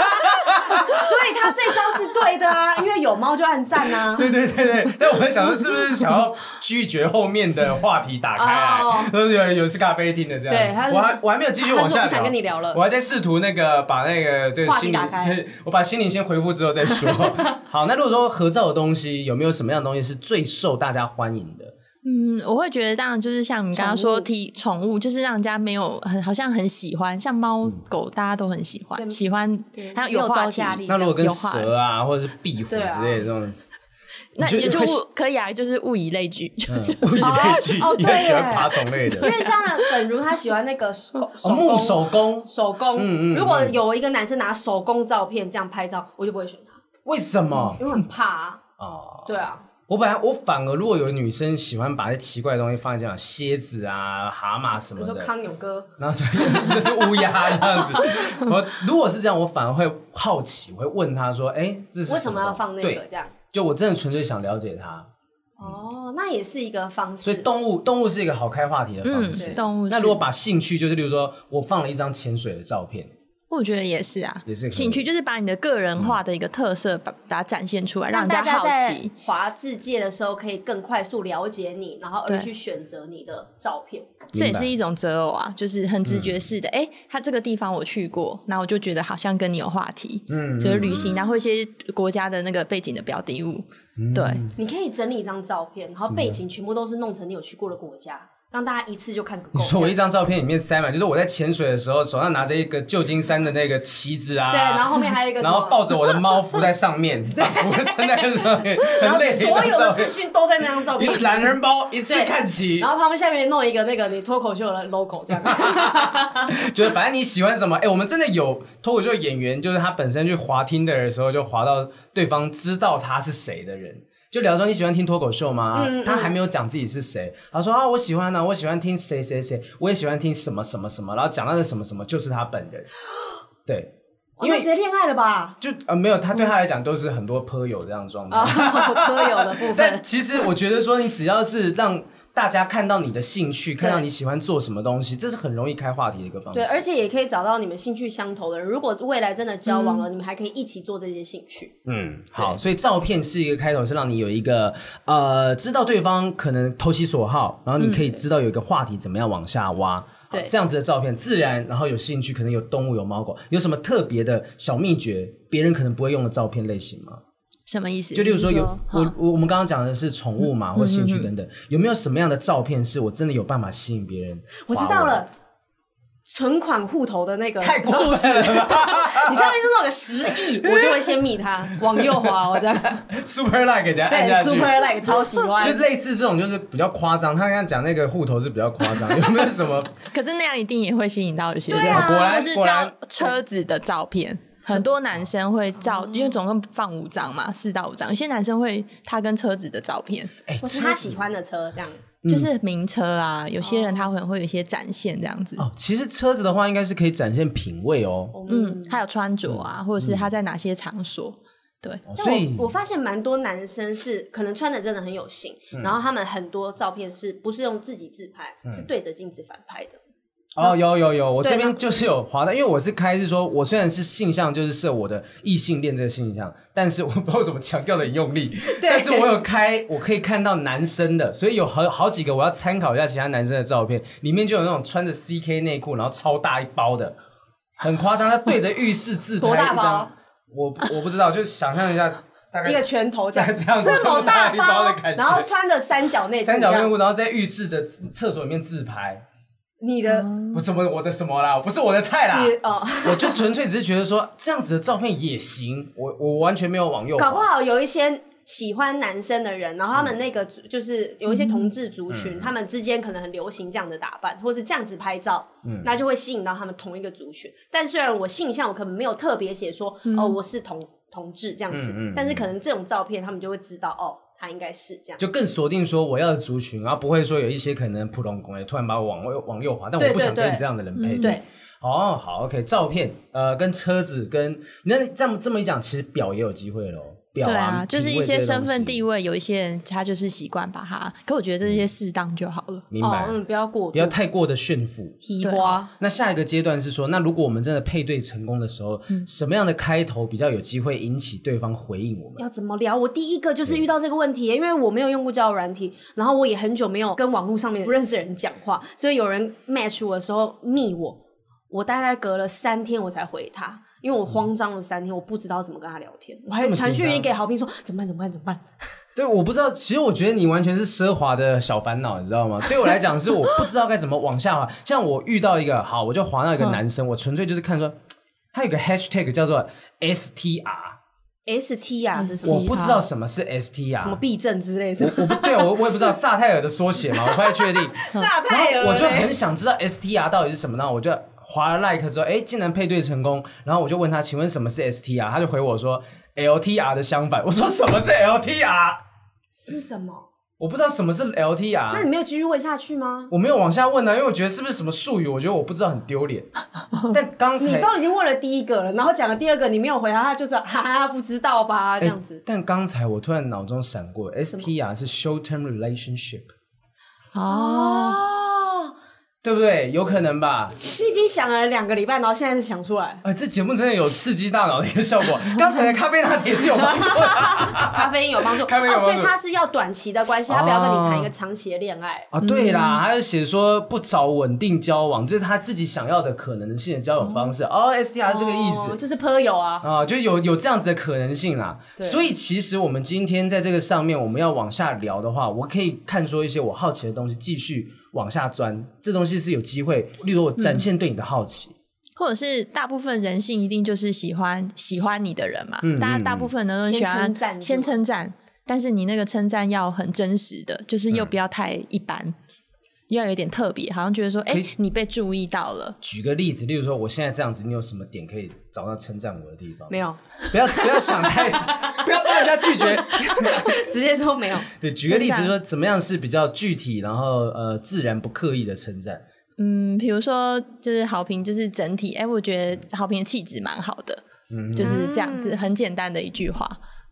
A: 所以他这招是对的啊，因为有猫就按赞啊。
B: 对对对对，但我在想说是不是想要拒绝后面的话题打开
A: 哦
B: 来，都是有有是咖啡厅的这样，
A: 对他就是
B: 我还我还没有继续往下
A: 他说不想跟你聊了
B: 我还在试图那个把那个这个
A: 话题
B: 心理
A: 打开
B: 对，我把心灵先回复之后再说。 好，那如果说合照的东西有没有什么样的东西是最受大家欢迎 的？
C: 嗯，我会觉得当然就是像你刚刚
A: 宠
C: 说
A: 物
C: 提宠物，就是让人家没有很好像很喜欢，像猫狗大家都很喜欢，喜欢
A: 对
C: 还
A: 没有
C: 有
A: 招
C: 话题
A: 架，力
B: 那如果跟
C: 有话
B: 蛇啊，或者是壁虎之
A: 对啊
B: 类的这种，
C: 那
B: 你
C: 也
B: 觉
C: 就
B: 得
C: 物可以啊，就是物以类聚，就
B: 物以类聚
A: 哦，
B: 你
A: 对
B: 很喜欢
A: 耶
B: 爬虫类
A: 因
B: 的，
A: 为像本如他喜欢那个手手
B: 哦木
A: 工
B: 手工，
A: 手工，
B: 嗯嗯嗯
A: 如果有一个男生拿手工照片这样拍照，我就不会选他，
B: 为什么
A: 因为我很怕 啊。
B: 啊？
A: 对啊，
B: 我本来我反而如果有女生喜欢把一些奇怪的东西放在这样，蝎子啊、蛤蟆什
A: 你
B: 么
A: 说
B: 的，
A: 康永哥，
B: 然后对就是 乌鸦这样子。我如果是这样，我反而会好奇，我会问他说：“哎、这是
A: 为什么要
B: 东西
A: 放那个
B: 对，
A: 这样？
B: 就我真的纯粹想了解他。
A: 哦，那也是一个方
B: 所以
A: 式。啊
B: 动物动物是一个好开话题的方
C: 嗯
B: 式。，
C: 动物是。
B: 那如果把兴趣，就是例如说我放了一张潜水的照片，
C: 我觉得也是啊，
B: 也是可以
C: 兴趣就是把你的个人化的一个特色把把它展现出来，让人
A: 大
C: 家
A: 家
C: 好
A: 在
C: 奇。
A: 滑字界的时候，可以更快速了解你，然后而
C: 对
A: 去选择你的照片。
C: 这也
B: 明白
C: 是一种择偶啊，就是很直
B: 嗯
C: 觉式的。哎、他这个地方我去过，那我就觉得好像跟你有话题，嗯，就是旅行，然后一些国家的那个背景的标的物，
B: 嗯
C: 对，
A: 你可以整理一张照片，然后背景全部都是弄成你有去过的国家，让大家一次就看个够。
B: 你说我一张照片里面塞满，就是我在潜水的时候手上拿着一个旧金山的那个旗子啊，
A: 对，然后后面还有一个什
B: 然
A: 么，
B: 后抱着我的猫浮在上面，把浮撑在 上面，
A: 然
B: 很
A: 后
B: 累一
A: 所有
B: 张
A: 的
B: 照
A: 资
B: 片。
A: 讯都在那张照
B: 一
A: 片。
B: 懒人包一次
A: 对
B: 看齐
A: 然，后旁边下面弄一个那个你脱口秀的 logo 这样，
B: 就是反正你喜欢什么，哎、我们真的有脱口秀演员，就是他本身去滑听的的时候，就滑到对方知道他是谁的人，就聊说你喜欢听脱口秀吗？
A: 嗯
B: 他还没有讲自己是谁，他说啊，我喜欢啊，我喜欢听谁谁谁，我也喜欢听什么什么什么，然后讲到的什么什么就是他本人，对，
A: 因
B: 因
A: 为
B: 为
A: 哦直接恋爱了 吧？
B: 就呃没有，他对他来讲都是很多颇友这样的状态。
A: 啊，歌友的部
B: 但
A: 分，
B: 其实我觉得说，你只要是让大家看到你的兴趣，看到你喜欢做什么东西，这是很容易开话题的一个方式。
A: 对，而且也可以找到你们兴趣相投的人。如果未来真的交往了，你们还可以一起做这些兴趣。
B: 嗯，好，所以照片是一个开头，是让你有一个呃，知道对方可能投其所好，然后你可以知道有一个话题怎么样往下挖。
A: 对
B: 好这样子的照片自然，然后有兴趣，可能有动物，有猫狗，有什么特别的小秘诀，别人可能不会用的照片类型吗？
C: 什么意思？
B: 就例如说
C: 你是
B: 有我
C: 哈
B: 我我们刚刚讲的是宠物嘛，或
A: 嗯
B: 兴趣等等，有没有什么样的照片是我真的有办法吸引别人？
A: 我知道了，存款户头的那个
B: 太过
A: 数字，
B: 分了吧
A: 你上面是弄个十亿，我就会先密 他，往右滑，我这样。
B: ，Super Like 给人家按
A: 对
B: 下去。
A: ，Super Like 超喜欢
B: 就。类似这种，就是比较夸张。他刚刚讲那个户头是比较夸 张，有没有什么？
C: 可是那样一定也会吸引到一些人，
A: 对啊
B: 果
C: 或
B: 然
C: 是
B: 果然
C: 照车子的照片。很多男生会
A: 哦
C: 照，因为总共放五张嘛，四到五张。有些男生会他跟车子的照片，
B: 哎，
A: 或是
B: 车
A: 他
B: 子
A: 喜欢的车，这样
B: 嗯
C: 就是名车啊。有些人他可能会有一些展现这样子，
B: 哦，其实车子的话应该是可以展现品味哦。
C: 嗯，还有穿着啊，或者是他在哪些场所，对，
B: 哦
A: 但
B: 所以
A: 我我发现蛮多男生是可能穿的真的很有型，
B: 嗯
A: 然后他们很多照片是不是用自己自拍，是对着镜子反拍的。
B: 哦，有有有，我
A: 对
B: 这边
A: 那
B: 就是有滑到，因为我是开是说，我虽然是性向就是设我的异性恋这个性向，但是我不知道为什么强调的很用力，但是我有开，我可以看到男生的，所以有好好几个我要参考一下其他男生的照片，里面就有那种穿着 CK 内裤，然后超大一包的，很夸张，他对着浴室自拍
A: 多
B: 一
A: 大
B: 张，
A: 包
B: 我我不知道，就想象一下大
A: 一个
B: 概。
A: 拳头这样，
B: 嗯 这样子
A: 这么大
B: 这么大一包的感觉
A: 然后穿着三角内裤这
B: 三
A: 样，
B: 角内裤，然后在浴室的厕所里面自拍，
A: 你的
B: 不是我我的什么啦，不是我的菜啦，
A: 你哦，
B: 我就纯粹只是觉得说这样子的照片也行，我我完全没有往右滑
A: 搞不好有一些。喜欢男生的人，然后他们那个
B: 嗯
A: 族就是有一些同志族群，他们之间可能很流行这样的打扮，或是这样子拍照，
B: 嗯
A: 那就会吸引到他们同一个族群。但虽然我性向我可能没有特别写说、哦我是同同志这样子，
B: 嗯嗯嗯
A: 但是可能这种照片他们就会知道哦，他应该是这样。
B: 就更锁定说我要的族群，然后不会说有一些可能普通工也突然把我往右往右滑，但
A: 对
B: 我不想
A: 对
B: 跟
A: 对
B: 这样的
C: 嗯
B: 人配对。
A: 对，
B: 哦，好，OK，照片，呃，跟车子，跟那这么这么一讲，其实表也有机会喽。表
C: 对
B: 啊
C: 啊，，就是
B: 体
C: 一
B: 位这
C: 些身
B: 东
C: 份
B: 西
C: 地，位，有一些人他就是习惯把它，可我觉得这些适当就好了。
B: 明
A: 哦
B: 白，，
A: 嗯，不要过度，
B: 不要太过的驯服。
A: 提
C: 对
A: 花。
B: 那下一个阶段是说，那如果我们真的配对成功的时候，
C: 嗯
B: 什么样的开头比较有机会引起对方回应我们？嗯
A: 要怎么聊？我第一个就是遇到这个问题，因为我没有用过交友软体，然后我也很久没有跟网络上面不认识的人讲话，所以有人 match 我的时候密我，我大概隔了三天我才回他，因为我慌张了三天，我不知道怎么跟他聊天，我还
B: 这么
A: 传
B: 紧张
A: 讯息给好评说怎么办？怎么办？怎么办？
B: 对，我不知道，其实我觉得你完全是奢华的小烦恼，你知道吗？对我来讲，是我不知道该怎么往下滑。像我遇到一个好，我就滑到一个
A: 嗯
B: 男生，我纯粹就是看说，他有个 hashtag 叫做 STR，
A: S T 啊，这是
B: 我不知道什么是 STR，
A: 什么避震之类是 吗？
B: 我我不对我我也不知道萨泰尔的缩写嘛，我不太确定。
A: 萨
B: 然
A: 泰尔
B: 后我就
A: 嘞
B: 很想知道 STR 到底是什么，呢？我就划了 like 之后，哎，竟然配对成功。然后我就问他，请问什么是 STR？他就回我说 LTR 的相反。我说什么是 LTR？
A: 是什么？
B: 我不知道什么是
A: 那你
B: LTR。
A: 没有继续问下去吗？
B: 我没有往下问啊呢、因为我觉得是不是什么术语，我觉得我不知道很 丢脸。但刚才
A: 你都已经问了第一个了，然后讲了第二个，你没有回答，他就是哈哈不知道吧这
B: 哎
A: 样子。
B: 但刚才我突然脑中闪过，STR 是 short term relationship，
C: 哦，
A: 哦，
B: 对不对？有可能吧？
A: 你已经想了两个礼拜，然后现在想出来，
B: 哎，这节目真的有刺激大脑的一个效 果。刚才的咖啡拿铁是有帮助的
A: 咖啡因有帮助，
B: 啊咖啡因有帮助
A: 哦，所以他是要短期的关系，他不要跟你谈一个长期的恋爱。
B: 啊。对啦，还有写说不找稳定交往，这是他自己想要的可能性的交友方
A: 嗯
B: 式。哦，STR 是这个意
A: 哦
B: 思。
A: 就是朋友啊，
B: 啊，就有有这样子的可能性啦，
A: 对
B: 所以其实我们今天在这个上面，我们要往下聊的话，我可以看说一些我好奇的东西，继续往下钻，这东西是有机会，例如我展现对你的好奇，
C: 或者是大部分人性一定就是喜欢喜欢你的人嘛，
B: 嗯嗯
C: 大家大部分人都喜
A: 先称赞
C: 欢
A: 你
C: 先称赞，但是你那个称赞要很真实的，就是
B: 嗯
C: 又不要太一般，要有点特别，好像觉得说，哎、
B: 可以
C: 你被注意到了。
B: 举个例子，例如说我现在这样子，你有什么点可以找到称赞我 的地方？
A: 没有，
B: 不要不要想太，不要帮人家拒绝。
A: 直接说没有。
B: 对，举个例子
C: 称赞
B: 说，怎么样是比较具体，然后呃自然不刻意的称赞？
C: 嗯，比如说就是好评，就是整体，哎、我觉得好评的气质蛮好的，嗯，就是这样子，很简单的一句话，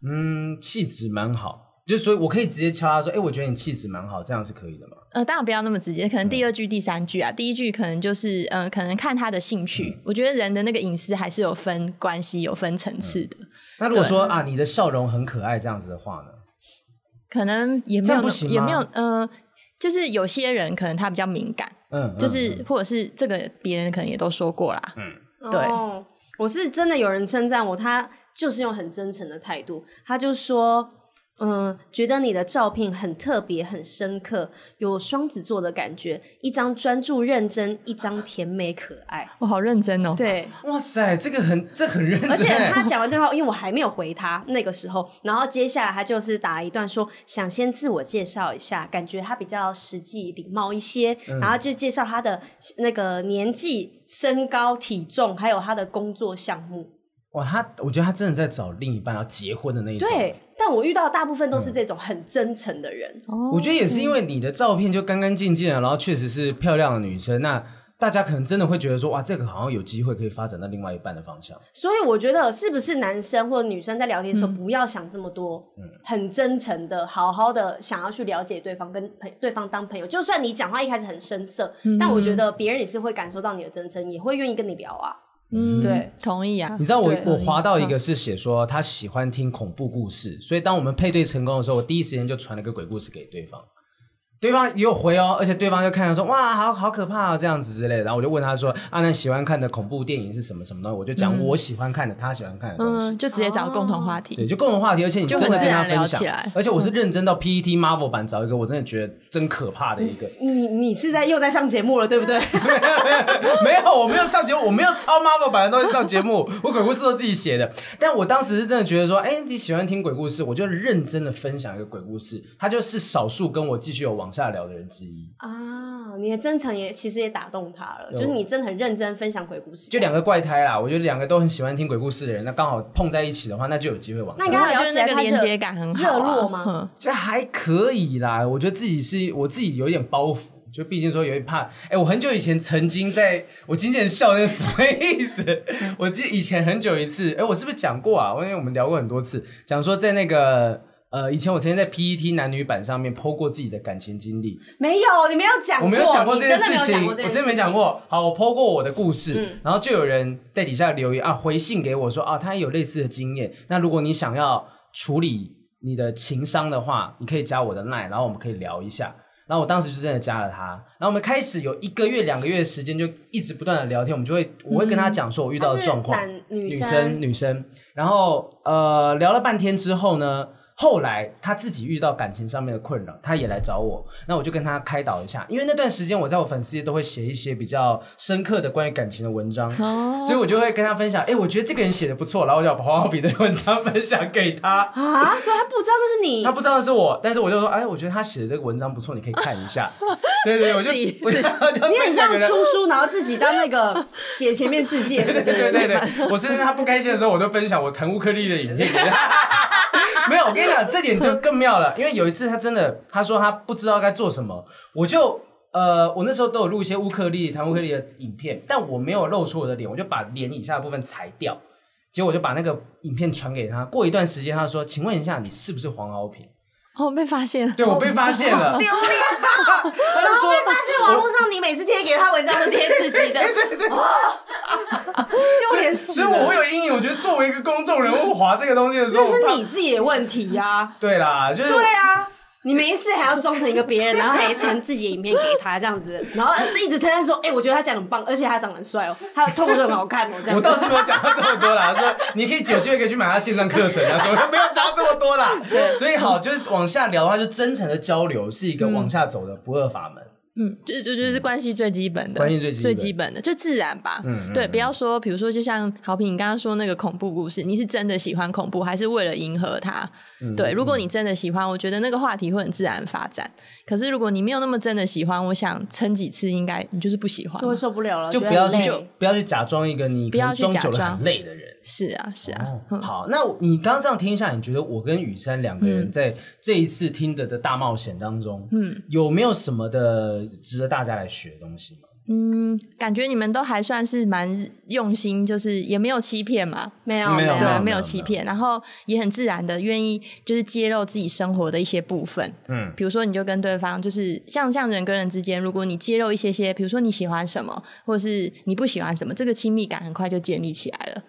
B: 嗯，气质蛮好，就所以我可以直接敲他说，哎、我觉得你气质蛮好，这样是可以的嘛？
C: 呃，当然不要那么直接，可能第二句、第三句啊，第一句可能就是，呃，可能看他的兴趣。
B: 嗯
C: 我觉得人的那个隐私还是有分关系、有分层次的，
B: 那如果说啊，你的笑容很可爱这样子的话呢？
C: 可能也
B: 这
C: 没
B: 样
C: 有
B: 不
C: 那，
B: 行
C: 也
B: 吗
C: 没有，呃，就是有些人可能他比较敏感，
B: 嗯，
C: 就是、
B: 嗯
C: 或者是这个别人可能也都说过啦，对
A: 哦，我是真的有人称赞我，他就是用很真诚的态度，他就说。嗯，觉得你的照片很特别、很深刻，有双子座的感觉，一张专注认真，一张甜美可爱。
C: 我好认真哦。
A: 对，
B: 嗯哇塞，这个很这很认 真，欸
A: 而且他讲完这句话，因为我还没有回他那个时候，然后接下来他就是打了一段说想先自我介绍一下，感觉他比较实际礼貌一些，然后就介绍他的那个年纪、身高、体重，还有他的工作项目。
B: 哇，他我觉得他真的在找另一半要结婚的那一种。
A: 对，但我遇到大部分都是这种很真诚的人，
B: 我觉得也是因为你的照片就干干净净的，然后确实是漂亮的女生，那大家可能真的会觉得说，哇，这个好像有机会可以发展到另外一半的方向。
A: 所以我觉得是不是男生或女生在聊天的时候不要想这么多，
B: 嗯
A: 很真诚的，好好的想要去了解对方，跟朋对方当朋友。就算你讲话一开始很生涩，但我觉得别人也是会感受到你的真诚，也会愿意跟你聊啊。
C: 嗯
A: 对，
C: 同意啊
B: 你。知道我
A: 对
B: 我滑到一
C: 嗯
B: 个是写说他喜欢听恐怖故事，所以当我们配对成功的时候，我第一时间就传了个鬼故事给对方，对方也有回哦，而且对方就看了说哇好好可怕、哦、这样子之类的，然后我就问他说啊那你喜欢看的恐怖电影是什么什么东西，我就讲我喜欢看的，他喜欢看的东西。
C: 嗯
B: 哦
C: 嗯，就直接找共同话题。
B: 对，就共同话题，而且你
C: 就
B: 真的
C: 很自
B: 跟他
C: 然聊
B: 分享
C: 起来，嗯
B: 而且我是认真到 PET Marvel 版找一个，我真的觉得真可怕的一个。
A: 你你是在又在上节目了，对不对？
B: 没有，我没有上节目，我没有抄 Marvel 版的东西上节目， 我鬼故事都自己写的。但我当时是真的觉得说，哎、你喜欢听鬼故事，我就认真的分享一个鬼故事，他就是少数跟我继续有往往下聊的人之一。
A: 啊，你的真诚也其实也打动他了，就是你真的很认真分享鬼故事，
B: 就两个怪胎啦，我觉得两个都很喜欢听鬼故事的人，那刚好碰在一起的话，那就有机会往
A: 那
B: 下
A: 应
B: 聊。
A: 该
C: 我
A: 聊
C: 觉
A: 起
C: 得
A: 来
C: 那个
A: 他
C: 连
A: 热
C: 接感很好、啊，
A: 热络吗
C: 嗯
B: 这还可以啦，我觉得自己是我自己有一点包袱，就毕竟说有点怕。哎、我很久以前曾经在我经纪人笑那是什么意思？我记得以前很久一次，哎、我是不是讲过啊？因为我们聊过很多次，讲说在那个。呃，以前我曾经在 PET 男女版上面 PO 过自己的感情经历，
A: 没有，你没有讲过，
B: 我没有讲过这件事
A: 你真的没
B: 情，
A: 有讲过
B: 我
A: 这件
B: 真
A: 事
B: 的
A: 情，嗯
B: 没讲。过。好，我 PO 过我的故事，然后就有人在底下留言啊，回信给我说啊，他也有类似的经验。那如果你想要处理你的情商的话，你可以加我的 line，然后我们可以聊一下。然后我当时就真的加了他，然后我们开始有一个月、两个月的时间，就一直不断的聊天。我们就会，我会跟他讲说我遇到的状况，
A: 嗯他是男女
B: 女
A: 生
B: 生女生。然后呃，聊了半天之后呢，后来他自己遇到感情上面的困扰，他也来找我，那我就跟他开导一下，因为那段时间我在我粉丝页都会写一些比较深刻的关于感情的文章，所以我就会跟他分享，哎、我觉得这个人写的不错，然后我就把黄浩平的文章分享给他。
A: 啊，所以他不知道那是你
B: 他，不知道的是我，但是我就说，哎，我觉得他写的这个文章不错，你可以看一下。对对，对我就我就我就
A: 你很
B: 分享
A: 像
B: 给他
A: 出书，然后自己当那 个写前面字界，对
B: 对对对对，我甚至他不开心的时候，我都分享我藤乌克丽的影片给他。没有，我跟你讲，这点就更妙了，因为有一次他真的，他说他不知道该做什么，我就呃，我那时候都有录一些乌克丽、弹乌克丽的影片，但我没有露出我的脸，我就把脸以下的部分裁掉，结果我就把那个影片传给他。过一段时间，他说：“请问一下，你是不是黄敖平
C: 哦，被发现了？”。
B: 对我被发现了，
A: 丢脸到，
B: 他就说
A: 被发现网络上你每次贴给他文章都贴自己的， 对对，丢脸死
B: 哦所以我会有阴影。我觉得作为一个公众人物，划这个东西的时候，
A: 这
B: 我怕
A: 是你自己的问题呀。
B: 对啦，就是
A: 对啊。你没事还要装成一个别人，然后还传自己的影片给他这样子，然后是一直称赞说：“哎、我觉得他讲得很棒，而且他长得很帅哦，他的头发很好看哦。”这样子
B: 我倒是没有讲到这么多 啦，说你可以有机会可以去买他线上课程啊，什么都没有讲到这么多啦。所以好，就是往下聊的话，就真诚的交流是一个往下走的不二法门。
C: 嗯，这这就是关系最基本的，
B: 关系最基本
C: 最基本的，就自然吧。嗯，对，不要说，比如说，就像好评你刚刚说那个恐怖故事，你是真的喜欢恐怖，还是为了迎合他？
B: 嗯
C: 对，如果你真的喜欢，我觉得那个话题会很自然发展。可是如果你没有那么真的喜欢，我想撑几次，应该你就是不喜欢
A: 就。会受不了了，
B: 就
A: 觉
B: 不
A: 得
B: 要
A: 很累
B: 去不要去假装一个你
C: 不要去
B: 可能
C: 假
B: 装久了
C: 装
B: 很累的人。
C: 是啊，是啊，
B: 哦，好，那你刚刚这样听一下，你觉得我跟雨山两个
C: 嗯
B: 人在这一次听的的大冒险当中，嗯，有没有什么的值得大家来学的东西吗？
C: 嗯，感觉你们都还算是蛮用心，就是也没有欺骗嘛。
A: 没有
B: 没有
A: 有
B: 没
C: 对，
B: 有
C: 没有欺骗，然后也很自然的愿意就是揭露自己生活的一些部分，
B: 嗯
C: 嗯，比如说你就跟对方就是像像人跟人之间，如果你揭露一些些，比如说你喜欢什么，或者是你不喜欢什么，这个亲密感很快就建立起来了。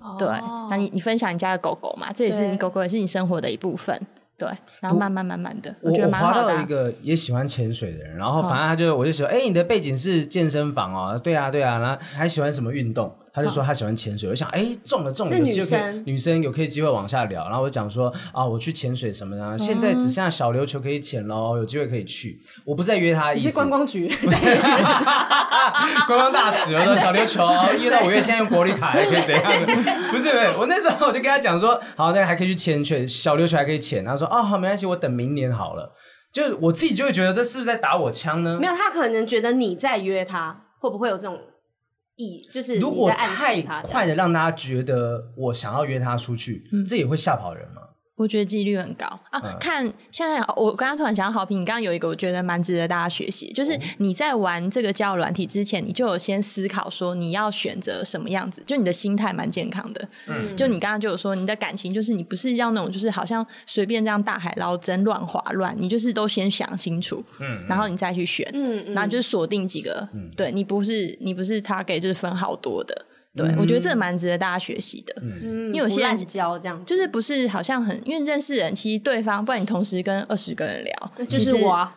C: 哦对，嗯那你你分享你家的狗狗嘛，这也是
A: 对
C: 你狗狗也是你生活的一我分，对，然后慢慢慢慢的，
B: 我
C: 觉得
B: 我
C: 蛮
B: 滑
C: 好
B: 到
C: 的
B: 一
C: 啊。
B: 个也喜欢潜水的人，然
A: 嗯
B: 后反正他就我就说，哎、你的背景是健身房哦，对啊对啊，然后还喜欢什么运动？他就说他喜欢潜水，我想哎、中了中
A: 嗯
B: 了，
A: 是
B: 有
A: 女
B: 机会可以
A: 生
B: 女生有可以机会往下聊，然后我讲说啊，我去潜水什么
A: 嗯
B: 的，现在只剩下小琉球可以潜喽，有机会可以去。我不是在约他的
A: 你
B: 意
A: 是
B: 思，
A: 观光 局，
B: 观光大使，我说小琉球约到五月，现在用伯利卡还可以怎样 的？不是，不是，我那时候我就跟他讲说，好，那还可以去潜水，小琉球还可以潜。他说，哦，好，没关系，我等明年好了。就是我自己就会觉得这是不是在打我枪呢
A: 没？有他可能觉得你在约他，会不会有这种意？就是
B: 如
A: 你
B: 果
A: 在暗
B: 太
A: 示他这
B: 快
A: 样，嗯
B: 的让大家觉得我想要约他出去，这也会吓跑人吗？
C: 我觉得几率很高啊！看现在我刚刚突然想到好评，你刚刚有一个我觉得蛮值得大家学习，就是你在玩这个交友软体之前，你就有先思考说你要选择什么样子，就你的心态蛮健康的。嗯，就你刚刚就有说你的感情就是你不是要那种就是好像随便这样大海捞针乱划乱，你就是都先想清楚，嗯，然后你再去选，
A: 嗯嗯
C: 然后就是锁定几个，对你不是你不是 target 就是分好多的。对，我觉得这蛮值得大家学习的。
A: 嗯
C: 因为有些人
A: 不滥交这样，
C: 就是不是好像很，因为认识人，其实对方，不然你同时跟二十个人聊，
A: 就
C: 其
A: 是
C: 实
A: 我，啊，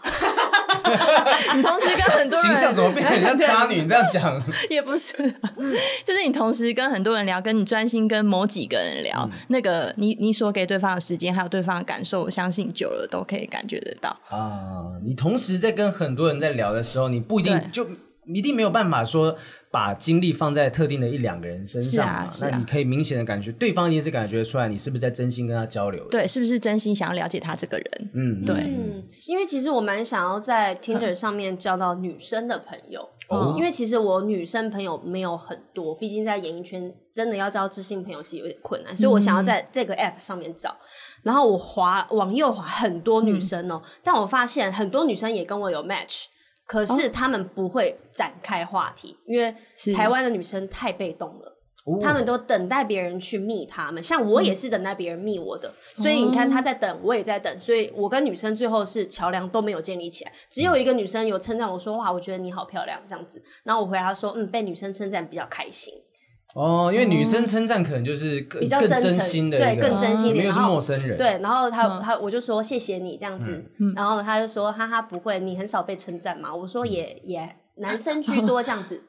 C: 你 同时跟很多
B: 形
C: 人
B: 象怎么变得很像渣女？你这样讲，
C: 也不是，啊 就是你同时跟很多人聊，跟你专心跟某几个人聊，
B: 嗯
C: 那个你你所给对方的时间，还有对方的感受，我相信久了都可以感觉得到。
B: 啊，你同时在跟很多人在聊的时候，你不一定
C: 对
B: 就一定没有办法说把精力放在特定的一两个人身上嘛，
C: 是啊是啊
B: 那你可以明显的感觉，对方一定是感觉出来你是不是在真心跟他交流的。
C: 对，是不是真心想要了解他这个人？
B: 嗯，嗯
C: 对，
A: 嗯，因为其实我蛮想要在 Tinder 上面交到女生的朋友，
B: 哦
A: 因为其实我女生朋友没有很多，毕竟在演艺圈真的要交知性朋友是有点困难，所以我想要在
C: 嗯
A: 这个 App 上面找。然后我滑往右滑很多
C: 嗯
A: 女生哦、但我发现很多女生也跟我有 match。可是她们不会展开话题，因为
C: 哦是
A: 台湾的女生太被动了。
B: 哦嗯
A: 他们都等待别人去密他们，像我也是等待别人密我的，所以你看
B: 哦
A: 他在等，我也在等，所以我跟女生最后是桥梁都没有建立起来，只
B: 嗯
A: 有一个女生有称赞我说哇，我觉得你好漂亮这样子，然后我回答说嗯，被女生称赞比较开心，
B: 哦，因为女生称赞可能就是更
A: 比较
B: 更
A: 真诚
B: 心的一
A: 对
B: 个，
A: 更真心一点
B: 没有是
A: 然后
B: 陌生人，，
A: 对，然后他、
B: 嗯
A: 他我就说谢谢你这样子，然后他就说哈哈不会，你很少被称赞嘛，我
B: 嗯
A: 说也也男生居多这样子，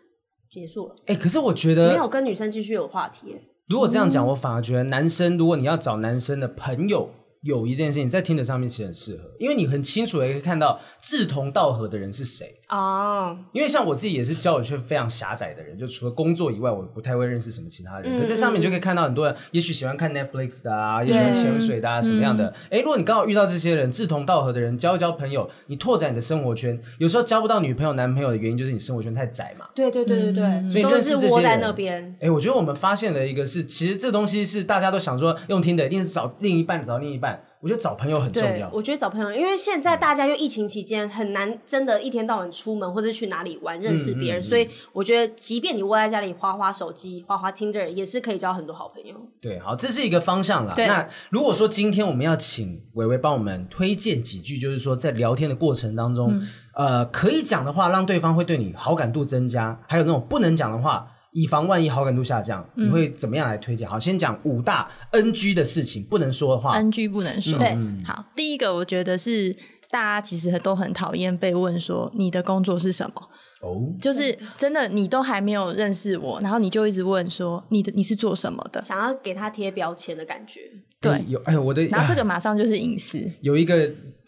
A: 结束了，
B: 哎、可是我觉
A: 没
B: 得
A: 有嗯跟女生继续有话题耶、
B: 如果这样讲，我反而觉得男生，如果你要找男生的朋友友谊这件事情，在听的上面其实很适合，因为你很清楚的可以看到志同道合的人是谁。
A: 哦，
B: 因为像我自己也是交友圈非常狭窄的人，就除了工作以外，我不太会认识什么其他人。可在上面你就可以看到很多人，也许喜欢看 Netflix 的啊，也喜欢潜水的啊，什么样的。哎、如果你刚好遇到这些人，志同道合的人，交一交朋友，你拓展你的生活圈。有时候交不到女朋友、男朋友的原因就是你生活圈太窄嘛。
A: 对对对对对，
B: 嗯所以
A: 都
B: 认识
A: 是
B: 这
A: 窝
B: 些
A: 在
B: 人
A: 那边。
B: 哎、我觉得我们发现了一个是，其实这东西是大家都想说用听的，一定是找另一半，找另一半。我觉得找朋友很重
A: 对
B: 要，。嗯
A: 我觉得找朋友，因为现在大家又疫情期间很难真的一天到晚出门或者去哪里玩认识
B: 嗯
A: 别人，所以我觉得即便你窝在家里花花手机、花花 Tinder，也是可以交很多好朋友。
B: 对，好，这是一个方向啦。
A: 对
B: 那如果说今天我们要请伟伟帮我们推荐几句，就是说在聊天的过程当
C: 嗯
B: 中，呃，可以讲的话，让对方会对你好感度增加；还有那种不能讲的话，以防万一好感度下降，
C: 嗯
B: 你会怎么样来推荐？好，先讲五大 NG 的事情，不能说的话。
C: NG 不能说。
A: 对，
B: 嗯
C: 好，第一个我觉得是大家其实都很讨厌被问说你的工作是什么，
B: 哦，
C: 就是真的你都还没有认识我，然后你就一直问说你的你是做什么的，
A: 想要给他贴标签的感觉，
C: 对，
B: 有，哎呦， 我的，
C: 然后这个马上就是隐私。
B: 有一个，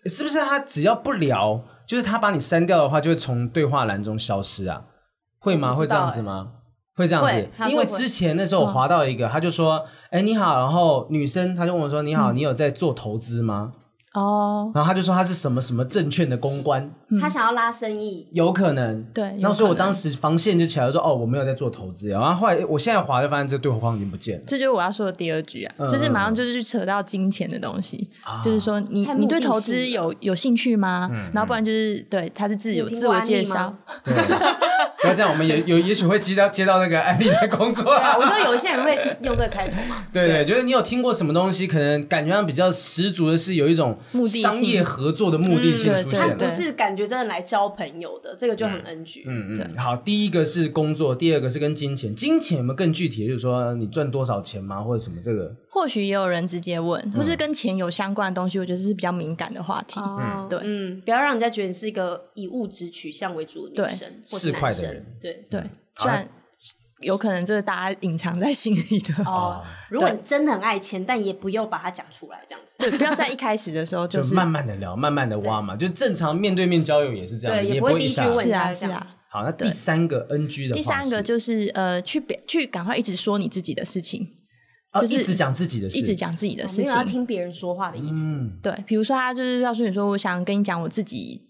B: 是不是他只要不聊，就是他把你删掉的话，就会从对话栏中消失啊？会吗？
A: 我不
B: 会
A: 知
B: 这
A: 道欸
B: 样子吗？会这样
A: 会他说
B: 子，因为
A: 会嗯
B: 之前那时候我滑到一个，他就说：“哎、你好。”然后女生她就问我说：“你
A: 嗯
B: 好，你有在做投资吗
C: 哦？”，
B: 然后他就说他是什么什么证券的公关，
A: 他想要拉生意。
B: 有可能。
C: 对有
B: 然后所以我
C: 可能
B: 当时防线就起来说：“哦，我没有在做投资。”然后后来我现在滑就发现这个对话框已经不见了。
C: 这就是我要说的第二句啊，
B: 嗯
C: 就是马上就是去扯到金钱的东西，就是说你
A: 太目的
C: 你对投资
A: 性
C: 有有兴趣吗？然后不然就是对他是自由
A: 有听
C: 自
A: 过
C: 我
A: 安利
C: 介
A: 吗
C: 绍，
B: 对， 不要这样，我们也有也许会接到接到那个安利的工作。
A: 对啊，我觉得有一些人会用这个开头 嘛。
B: 对对，就是你有听过什么东西，可能感觉上比较十足的是有一种
C: 目的性
B: 商业合作的目的性
C: 嗯对
B: 出
C: 对
A: 他
B: 现
A: 不
B: 了。
A: 是感觉真的来交朋友的，这个就很 NG。
B: 嗯嗯，好，第一个是工作，第二个是跟金钱。金钱有没有更具体？就是说你赚多少钱吗，或者什么这个？
C: 或许也有人直接问，或是跟钱有相关的东西，我觉得是比较敏感的话题。
A: 哦，
C: 对
A: 嗯，不要让人家觉得你是一个以物质取向为主的
C: 对
A: 女生或
B: 市
A: 是
B: 侩
A: 男
B: 的
A: 生
B: 人，
A: 对，
C: 对，
B: 好
C: 虽然有可能这是大家隐藏在心里的，
A: 哦，如果你真的很爱钱，但也不要把它讲出来，这样子。
C: 对，不要在一开始的时候
B: 就
C: 就是
B: 慢慢的聊，慢慢的挖嘛。就正常面对面交友也是这样子，
A: 对，
B: 你也
A: 不会
B: 不会
A: 第
B: 一
A: 一句
B: 下。
A: 问
C: 是啊
A: 他这
C: 是
A: 样
C: 啊。
B: 好，那第三个 NG 的话
C: 第
B: 是，
C: 三个就是呃，去表去赶快一直说你自己的事情，
B: 哦
C: 就是
B: 一直讲自己的事，
C: 一直讲自己的
A: 我
C: 事
A: 哦没有要
C: 情。
A: 听别人说话的意
B: 嗯
A: 思。
C: 对，比如说他就是告诉你说，我想跟你讲我自己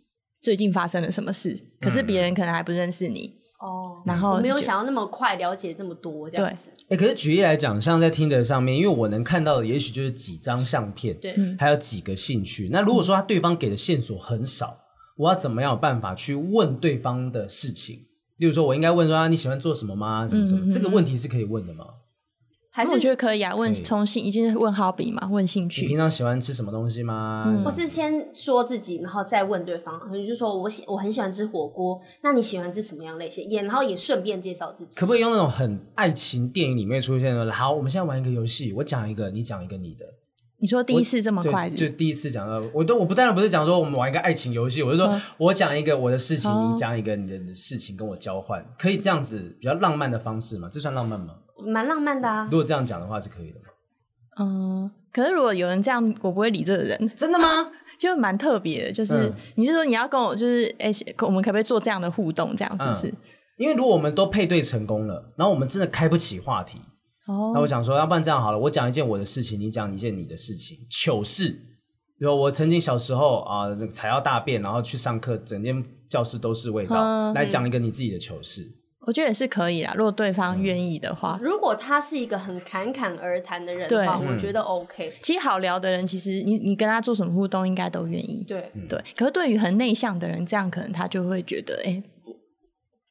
C: 最近发生了什么事，
B: 嗯
C: 可是别人可能还不认识你，
A: 哦，
C: 然后
A: 我没有
C: 就
A: 想要那么快了解这么多这样子。
B: 哎、可是举例来讲，像在听的上面，因为我能看到的也许就是几张相片，
A: 对，
C: 嗯
B: 还有几个兴趣。那如果说他对方给的线索很少，我要怎么样有办法去问对方的事情？例如说，我应该问说、啊、你喜欢做什么吗？怎么
C: 嗯
B: 怎么？这个问题是可以问的吗？
A: 还
C: 还是我
A: 是
C: 觉得可以啊，问
B: 可以
C: 从兴已经问好比嘛，问兴
B: 你平
C: 趣，
B: 常喜欢吃什么东西吗？
C: 嗯
A: 或是先说自己，然后再问对方，你就说我喜我很喜欢吃火锅，那你喜欢吃什么样类型？也然后也顺便介绍自己。
B: 可不可以用那种很爱情电影里面出现的？好，我们现在玩一个游戏，我讲一个，你讲一个你的。
C: 你说第一次这么快
B: 对，
C: 是不
B: 就是第一次讲到，我都我不当然不是讲说我们玩一个爱情游戏，我是
C: 嗯
B: 说我讲一个我的事情，
C: 哦
B: 你讲一个你的你的事情，跟我交换，可以这样子比较浪漫的方式吗？这算浪漫吗？嗯
A: 蛮浪漫的啊
B: 如，果这样讲的话是可以的吗？
C: 嗯，可是如果有人这样，我不会理这个人，
B: 真的吗？
C: 就蛮特别的。就是、
B: 嗯
C: 你是说你要跟我，就是哎、可我们可不可以做这样的互动？这样
B: 嗯
C: 是不是？
B: 因为如果我们都配对成功了，然后我们真的开不起话题，那我
C: 哦，
B: 想说，啊要不然这样好了，我讲一件我的事情，你讲一件你的事情，糗事。有我曾经小时候啊、这个踩到大便，然后去上课，整间教室都是味道。
C: 嗯
B: 来讲一个你自己的糗事，
C: 我觉得也是可以啦，如果对
B: 嗯
C: 方愿意的话。
A: 如果他是一个很侃侃而谈的人的话，
B: 嗯
C: 对
A: 我觉得 OK。
C: 其实好聊的人，其实你你跟他做什么互动，应该都愿意。
A: 对，
B: 嗯
C: 对，可是对于很内向的人，这样可能他就会觉得，哎、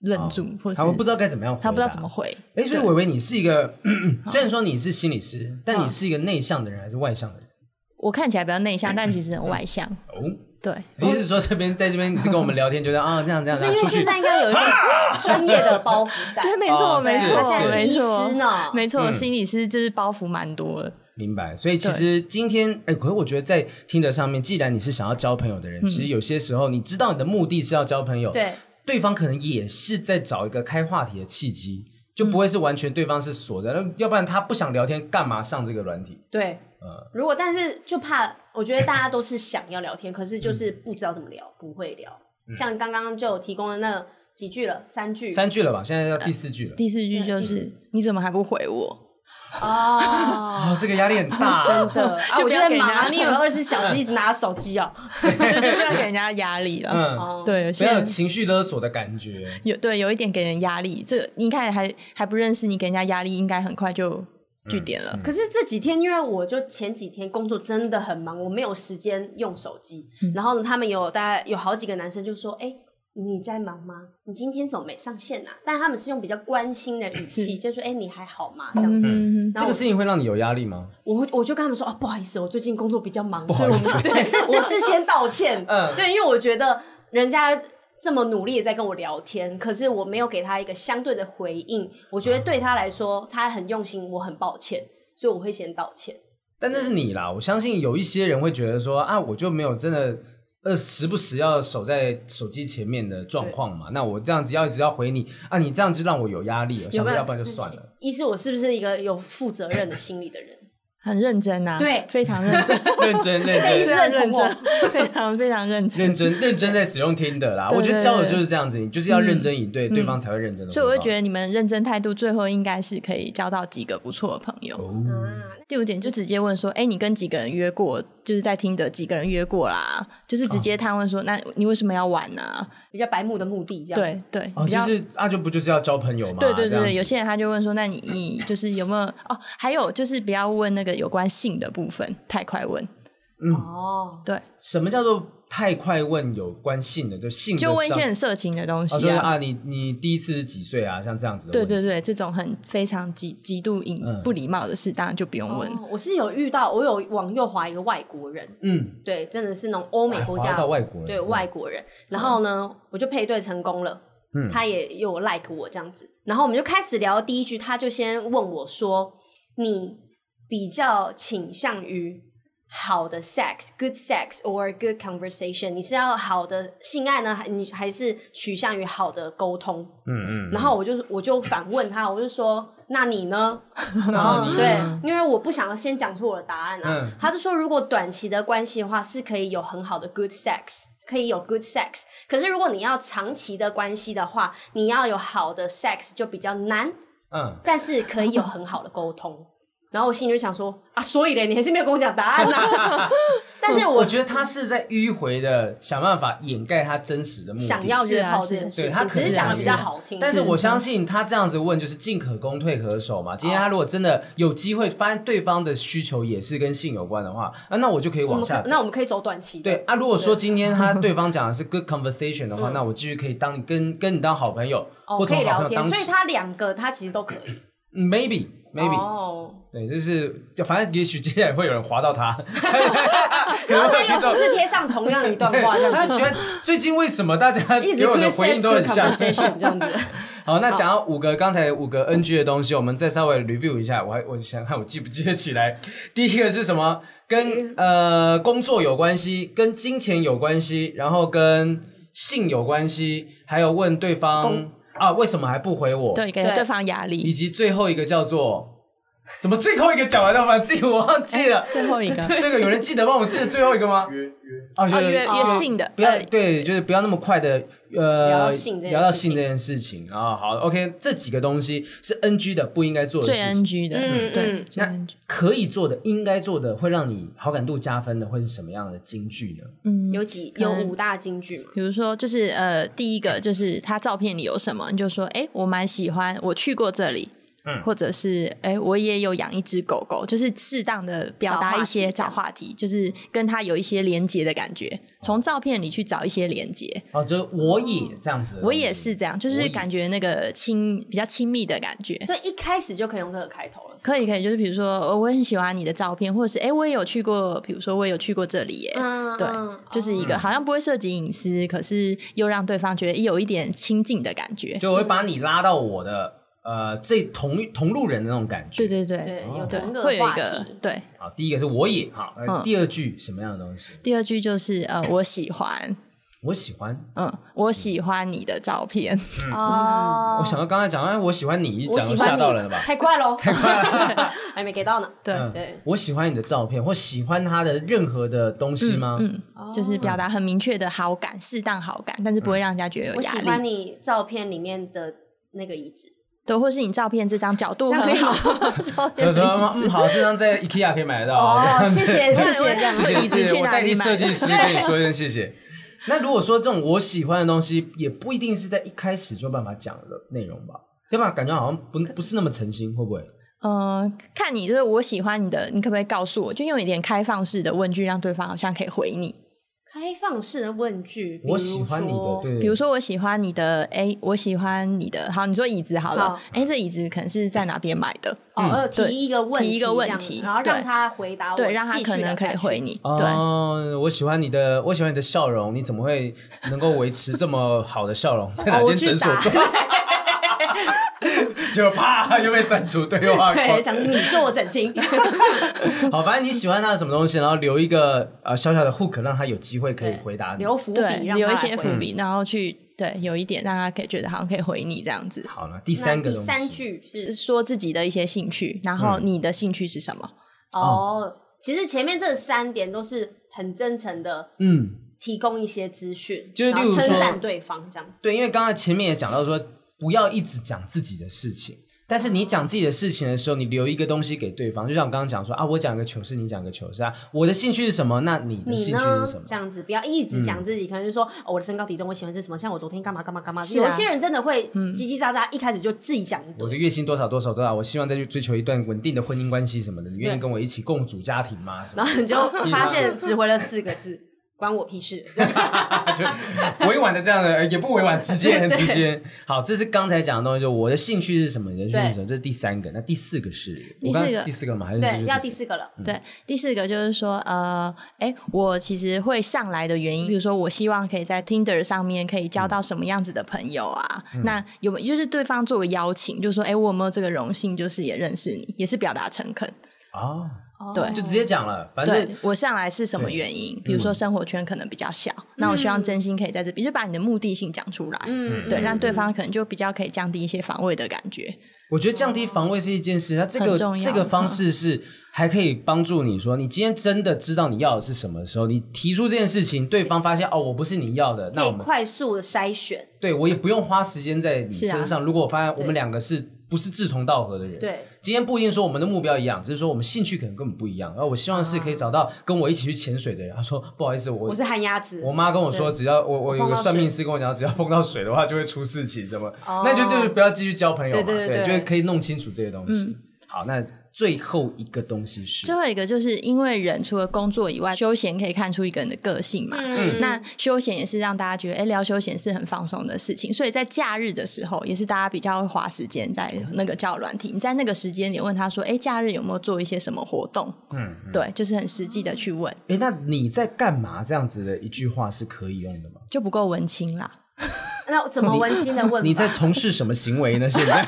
C: 愣住，或是
B: 啊哦他们不知道该怎么样，
C: 他不知道怎么。回。
B: 哎，所以伟伟，你是一个，虽然说你是心理师，但你是一个内向的人还是外向的人？
C: 我看起来比较内向，但其实很外向。
B: 哦，
C: 对，
B: 你是说这边在这边你是跟我们聊天，觉得啊这样这样这
A: 是因
B: 样
A: 为
B: 出
A: 现
B: 去啊
A: 在应该有一点专业的包袱在。
C: 对，没
B: 错
C: 错，
B: 哦没
C: 没
B: 错
C: 错
B: 是是，嗯
C: 没
A: 医师呢
C: 错，没错，心理师就是包袱蛮多的。
B: 明白，所以其实今天，哎、可是我觉得在听的上面，既然你是想要交朋友的人，其实有些时候你知道你的目的是要交朋友，
A: 嗯对，
B: 对方可能也是在找一个开话题的契机，就
A: 嗯
B: 不会是完全对方是锁在，那、要不然他不想聊天，干嘛上这个软体？
A: 对，
C: 嗯
A: 如果但是就怕，我觉得大家都是想要聊天，可是就是不知道怎么聊，不会聊。
C: 嗯
A: 像刚刚就有提供的那几句了，三句
B: 三句了吧，现在要第四句了，
C: 第四句就是你怎么还不回我？
A: 哦，
B: 啊，这个压力很大，
A: 真的啊，
C: 就
A: 我
C: 不
A: 就
C: 要
A: 在
C: 给
A: 忙啊，
C: 他
A: 你有二十四小时一直拿手机啊？
C: 对，就不要给人家压力了。
B: 嗯，
A: 哦，
C: 对，有
B: 不
C: 些
B: 要有
C: 人
B: 情绪勒索的感觉，
C: 有对有一点给人压力，这个你看还还不认识，你给人家压力，应该很快就据
B: 嗯
C: 点了。
A: 可是这几天，因为我就前几天工作真的很忙，我没有时间用手机。
C: 嗯
A: 然后呢，他们有大概有好几个男生就说：“哎、你在忙吗？你今天怎么没上线啊？”但他们是用比较关心的语气，就说：“哎、你还好吗？”这样子。
C: 嗯，
A: 然
B: 这
A: 后
B: 个事情会让你有压力吗？
A: 我会我就跟他们说：“啊，不好意思，我最近工作比较忙，所
B: 好
A: 以
B: 意
A: 我
B: 思
A: 们 对我是先道歉。
B: 嗯
A: 对，因为我觉得人家。”这么努力地在跟我聊天，可是我没有给他一个相对的回应，我觉
B: 嗯
A: 得对他来说，他很用心，我很抱歉，所以我会先道歉。
B: 但那是你啦，我相信有一些人会觉得说啊，我就没有真的呃时不时要守在手机前面的状况嘛，那我这样子要一直要回你啊，你这样就让我有压力了，
A: 有
B: 想
A: 没
B: 说
A: 有
B: 要不然就算了。
A: 一是我是不是一个有负责任的心理的人？
C: 很认真啊，
A: 对
C: 非常 认 真，
B: 认真，认
A: 非
B: 真。
A: 常认真，
C: 非常非常认真。
B: 认真认真在使用听的啦，
C: 对嗯
B: 我觉得交友就是这样子，你就是要认真以对，对方才会认真的。
C: 所以我会觉得你们认真态度，最后应该是可以交到几个不错的朋友。
B: 哦
C: 第五点就直接问说，哎、你跟几个人约过？就是在听的几个人约过啦，就是直
B: 哦
C: 接探问说，那你为什么要玩呢、
A: 比较白目的目的这样。，
C: 对对，
B: 哦，
C: 比
B: 就
C: 较。
B: 是啊，就不就是要交朋友嘛？
C: 对对
B: 这
C: 对
B: 样
C: 对，
B: 子
C: 有些人他就问说，那你你就是有没有哦？还有就是不要问那个有关性的部分，太快问。
A: 哦，
C: 对，
B: 什么叫做太快问有关性的，就性的
C: 就问一些
B: 上
C: 很色情的东
B: 哦，
C: 西
B: 就是
C: 啊。
B: 啊，你你第一次是几岁啊？像这样子的
C: 对
B: 问题，嗯
C: 对对，这种很非常极极度隐不礼貌的事，当然就不用问。
A: 哦我是有遇到，我有往右滑一个外国人，
B: 嗯，
A: 对，真的是那种欧美国嗯
B: 还
A: 家
B: 哎滑到外国人
A: 对外国人。然后呢，我就配对成功了，他也有 like 我这样子。然后我们就开始聊第一句，他就先问我说：“你比较倾向于好的 sex，good sex or good conversation？你是要好的性爱呢，还你还是取向于好的沟通？”
B: 嗯嗯，
A: 然后我就我就反问他，我就说：“那你呢？”然
B: 那
A: 后
B: 你
A: 哦对，因为我不想要先讲出我的答案啊。
B: 嗯
A: 他就说，如果短期的关系的话，是可以有很好的 good sex，可以有 good sex。可是如果你要长期的关系的话，你要有好的 sex 就比较难，
B: 嗯。
A: 但是可以有很好的沟通。 然后我心里就想说啊，所以嘞，你还是没有跟我讲答案呐、 但是
B: 我
A: 我
B: 觉得他是在迂回的想办法掩盖他真实的目的，
A: 想要
C: 是
A: 约
C: 啊
A: 炮
C: 是
A: 这件
C: 啊
B: 对
A: 事
B: 他
A: 情，只
B: 可
A: 是
B: 能
A: 讲的
B: 想
A: 比
B: 约
A: 较好听。
B: 但是我相信他这样子问就是进可攻退可守嘛。今
A: 哦
B: 天他如果真的有机会发现对方的需求也是跟性有关的话，啊，那我就可以
A: 我
B: 往
A: 们
B: 下
A: 可嗯
B: 走。
A: 那我们可以走短期的。
B: 对啊，如果说今天他对方讲的是 good conversation 的话，那我继续可以当你跟跟你当好朋友，
A: 嗯哦，
B: 或
A: 可
B: 从
A: 以
B: 好
A: 聊
B: 朋
A: 天，
B: 友当
A: 所以
B: 起
A: 他两个他其实都可以。
B: 嗯 maybe maybe、
A: 哦，
B: 对，就是就反正也许接下来会有人划到他，可
A: 然
B: 能
A: 后
B: 会
A: 他
B: 有听
A: 又
B: 众
A: 不是贴上同样的一段话，这
B: 他
A: 样子
B: 喜欢最近为什么大 家
A: 一
B: 给
A: 直
B: 我
A: good
B: 的回
A: sex
B: 应都很
A: good
B: 像？
A: conversation 这样子。
B: 好，那讲到五个刚才五个 NG 的东西，我们再稍微 review 一下。我还我想看我记不记得起来。 第一个是什么？跟呃工作有关系，跟金钱有关系，然后跟性有关系，还有问对方啊为什么还不回我？
C: 对，给
A: 对
C: 对方压力
B: 以。及最后一个叫做怎么最后一个讲完了，把自己我忘记了。
C: 最后一个
B: 这个有人记得帮我记得最后一个吗？
D: 约约
B: 啊，就
C: 哦，
B: 是
C: 约
A: 哦
C: 约信的，
B: 不要
C: 呃
B: 对，就是不要那么快的呃
A: 聊到性这件事情
B: 聊到性这件事情啊。好，OK，这几个东西是 NG 的，不应该做的
C: 最
B: 事情。
C: NG 的，
A: 嗯
C: 对
A: 嗯，
C: 最 NG。
B: 可以做的、应该做的，会让你好感度加分的，会是什么样的金句呢？
A: 有几
C: 嗯
A: 有五大金句嘛？
C: 比如说，就是呃，第一个就是他照片里有什么，你就说，哎，我蛮喜欢，我去过这里，
B: 嗯
C: 或者是哎，我也有养一只狗狗，就是适当的表达一些
A: 找
C: 找话题，就是跟他有一些连接的感觉，从照片里去找一些连接。
B: 哦，就是我也这样子，
C: 我也是这样，就
B: 我
C: 是
B: 也
C: 感觉那个亲比较亲密的感觉。
A: 所以一开始就可以用这个开头了。
C: 可以可以，就是比如说，呃我很喜欢你的照片，或者是哎、诶我也有去过，比如说我也有去过这里耶，
A: 嗯
C: 对
A: 嗯，
C: 就是一个好像不会涉及隐私，可是又让对方觉得有一点亲近的感觉。
B: 就我会把你拉到我的呃这同同路人的那种感觉。
C: 对对对，
A: 对，有同
C: 会有一
A: 话
C: 个
A: 题。
C: 对。
B: 好，第一个是我也好，呃
C: 嗯
B: 第二句什么样的东西？
C: 第二句就是呃，我喜欢，
B: 我喜欢，
C: 嗯，我喜欢你的照片，
A: 哦，
B: 我想到刚才讲，哎，嗯我喜欢你，一
A: 我
B: 讲
A: 喜
B: 就
A: 欢
B: 吓
A: 你
B: 到人了吧？
A: 太快喽，太快了， 还没给到呢。
C: 对
B: 嗯
A: 对，
B: 我喜欢你的照片，或喜欢他的任何的东西吗？
C: 嗯，就是表达很明确的好感，适当好感，但是不会让人家觉得有
A: 我
C: 压
A: 喜
C: 力。
A: 欢你照片里面的那个椅子，
C: 对，或是你照片这张角度
A: 这样可
C: 很
A: 以
C: 好
A: 吗，？照片
B: 有什么吗？嗯，好，这张在 IKEA 可以买得到。
A: 哦，谢谢谢谢，这样
B: 谢谢，
C: 椅子去哪里
B: 我代替
C: 买
B: 设计师跟你说一声谢谢。 那如果说这种我喜欢的东西，也不一定是在一开始就有办法讲的内容吧？对吧？感觉好像不不是那么诚心，会不会？
C: 嗯，看你就是我喜欢你的，你可不可以告诉我？就用一点开放式的问句，让对方好像可以回你。
A: 开放式的问句，比如
B: 我喜欢你的
A: 说，哦
B: 对，
C: 比如说，我喜欢你的，哎，我喜欢你的，好，你说椅子好了
A: 好，
C: 哎，这椅子可能是在哪边买的？
A: 哦，
B: 嗯
A: 呃提
C: 对
A: 一个问
C: 提一个
A: 这
C: 问
A: 样
C: 题
A: 然后让
C: 对
A: 他回答我，
C: 对，让他
A: 继续
C: 可能
A: 聊
C: 可
A: 下
C: 以
A: 去
C: 回。你。对，
B: 哦，我喜欢你的，我喜欢你的笑容，你怎么会能够维持这么好的笑容？在
C: 哦
A: 哦
B: 哪间诊所做？ 就啪就被删除对 话框
A: 对，。讲你说我整形，
B: 好，反正你喜欢他的什么东西，然后留一个呃小小的 hook，让他有机会可以
A: 对
B: 回答你。
A: 留伏笔，
C: 对，
A: 让
C: 留
A: 他
C: 一些
A: 回
C: 伏笔，然后去对有一点让他可以觉得好像可以回你这样子，
B: 好了，第
A: 那
B: 三个
A: 第
B: 东西，
A: 三句是
C: 说自己的一些兴趣，然后
B: 嗯
C: 你的兴趣是什么？
A: 哦，其实前面这三点都是很真诚的，
B: 嗯，
A: 提供一些资讯，
B: 就是
A: 然后
B: 例如
A: 称
B: 说
A: 赞对方这样子。
B: 对，因为刚才前面也讲到说，不要一直讲自己的事情。但是你讲自己的事情的时候，你留一个东西给对方，就像我刚刚讲说啊，我讲一个糗事，你讲一个糗事啊，我的兴趣是什么？那你的
A: 你
B: 兴趣
A: 呢
B: 是什么？？
A: 这样子不要一直讲自己，可能是说、哦我的身高体重，我喜欢吃什么，像我昨天干嘛干嘛干嘛。
C: 是啊嗯
A: 有些人真的会叽叽喳喳，一开始就自己讲一
B: 我
A: 堆。
B: 的月薪多少多少多少？我希望再去追求一段稳定的婚姻关系什么的。你愿意
A: 对
B: 跟我一起共组家庭吗？什么
A: 然后你就发现只回了四个 字，关我屁事。
B: 的？就 委婉的这样的，呃也不委婉，直接很直接。好，这是刚才讲的东西，就我的兴趣是什么？你的兴趣是什么？这是第三个。那第四个是？我刚刚
C: 第四
B: 是
C: 个
B: 第四个吗？还是
A: 对，要第
B: 四
A: 四个了。
C: 对，第四个就是说，呃，哎，我其实会上来的原因，比如说，我希望可以在 Tinder 上面可以交到什么样子的朋友啊？那有没有就是对方做个邀请，就说，哎，我有没有这个荣幸，就是也认识你，也是表达诚恳。
B: 啊？
A: 哦
C: 对
B: 就直接讲了，反正
C: 对我上来是什么原因？比如说生活圈可能比较小，那我希望真心可以在这边，就把你的目的性讲出来，
A: 嗯，
C: 对，让对方可能就比较可以降低一些防卫的感觉。
B: 我觉得降低防卫是一件事，那这个
C: 很重要
B: 这个方式是还可以帮助你说，你今天真的知道你要的是什么的时候，你提出这件事情，对方发现哦，我不是你要的，那
A: 可
B: 我
A: 以
B: 们
A: 快速的筛选。
B: 对我也不用花时间在你
C: 是啊
B: 身上。如果我发现我们两个是不是志同道合的人，
A: 对，
B: 今天不一定说我们的目标一样，只是说我们兴趣可能根本不一样。然后我希望是可以找到跟我一起去潜水的人。他说不好意思，我
A: 啊我是旱鸭子。
B: 我妈跟我说，只要我我有
A: 碰
B: 个
A: 到
B: 算命师跟我讲，只要碰到水的话就会出事情，什么，
A: 哦
B: 那就就是不要继续交朋友嘛，
A: 对对对嗯
B: 就是可以弄清楚这些东西。好，那最后一个东西是
C: 最后一个就是因为人除了工作以外，休闲可以看出一个人的个性嘛。
A: 嗯
C: 那休闲也是让大家觉得，哎、聊休闲是很放松的事情。所以在假日的时候，也是大家比较会花时间在那个交友软体。你在那个时间点问他说，哎、假日有没有做一些什么活动？嗯，对，就是很实际的去问，
B: 哎，那你在干嘛？这样子的一句话是可以用的吗？
C: 就不够文青 啦。
A: 那怎么温馨的问法？啊
B: 你在从事什么行为呢？现在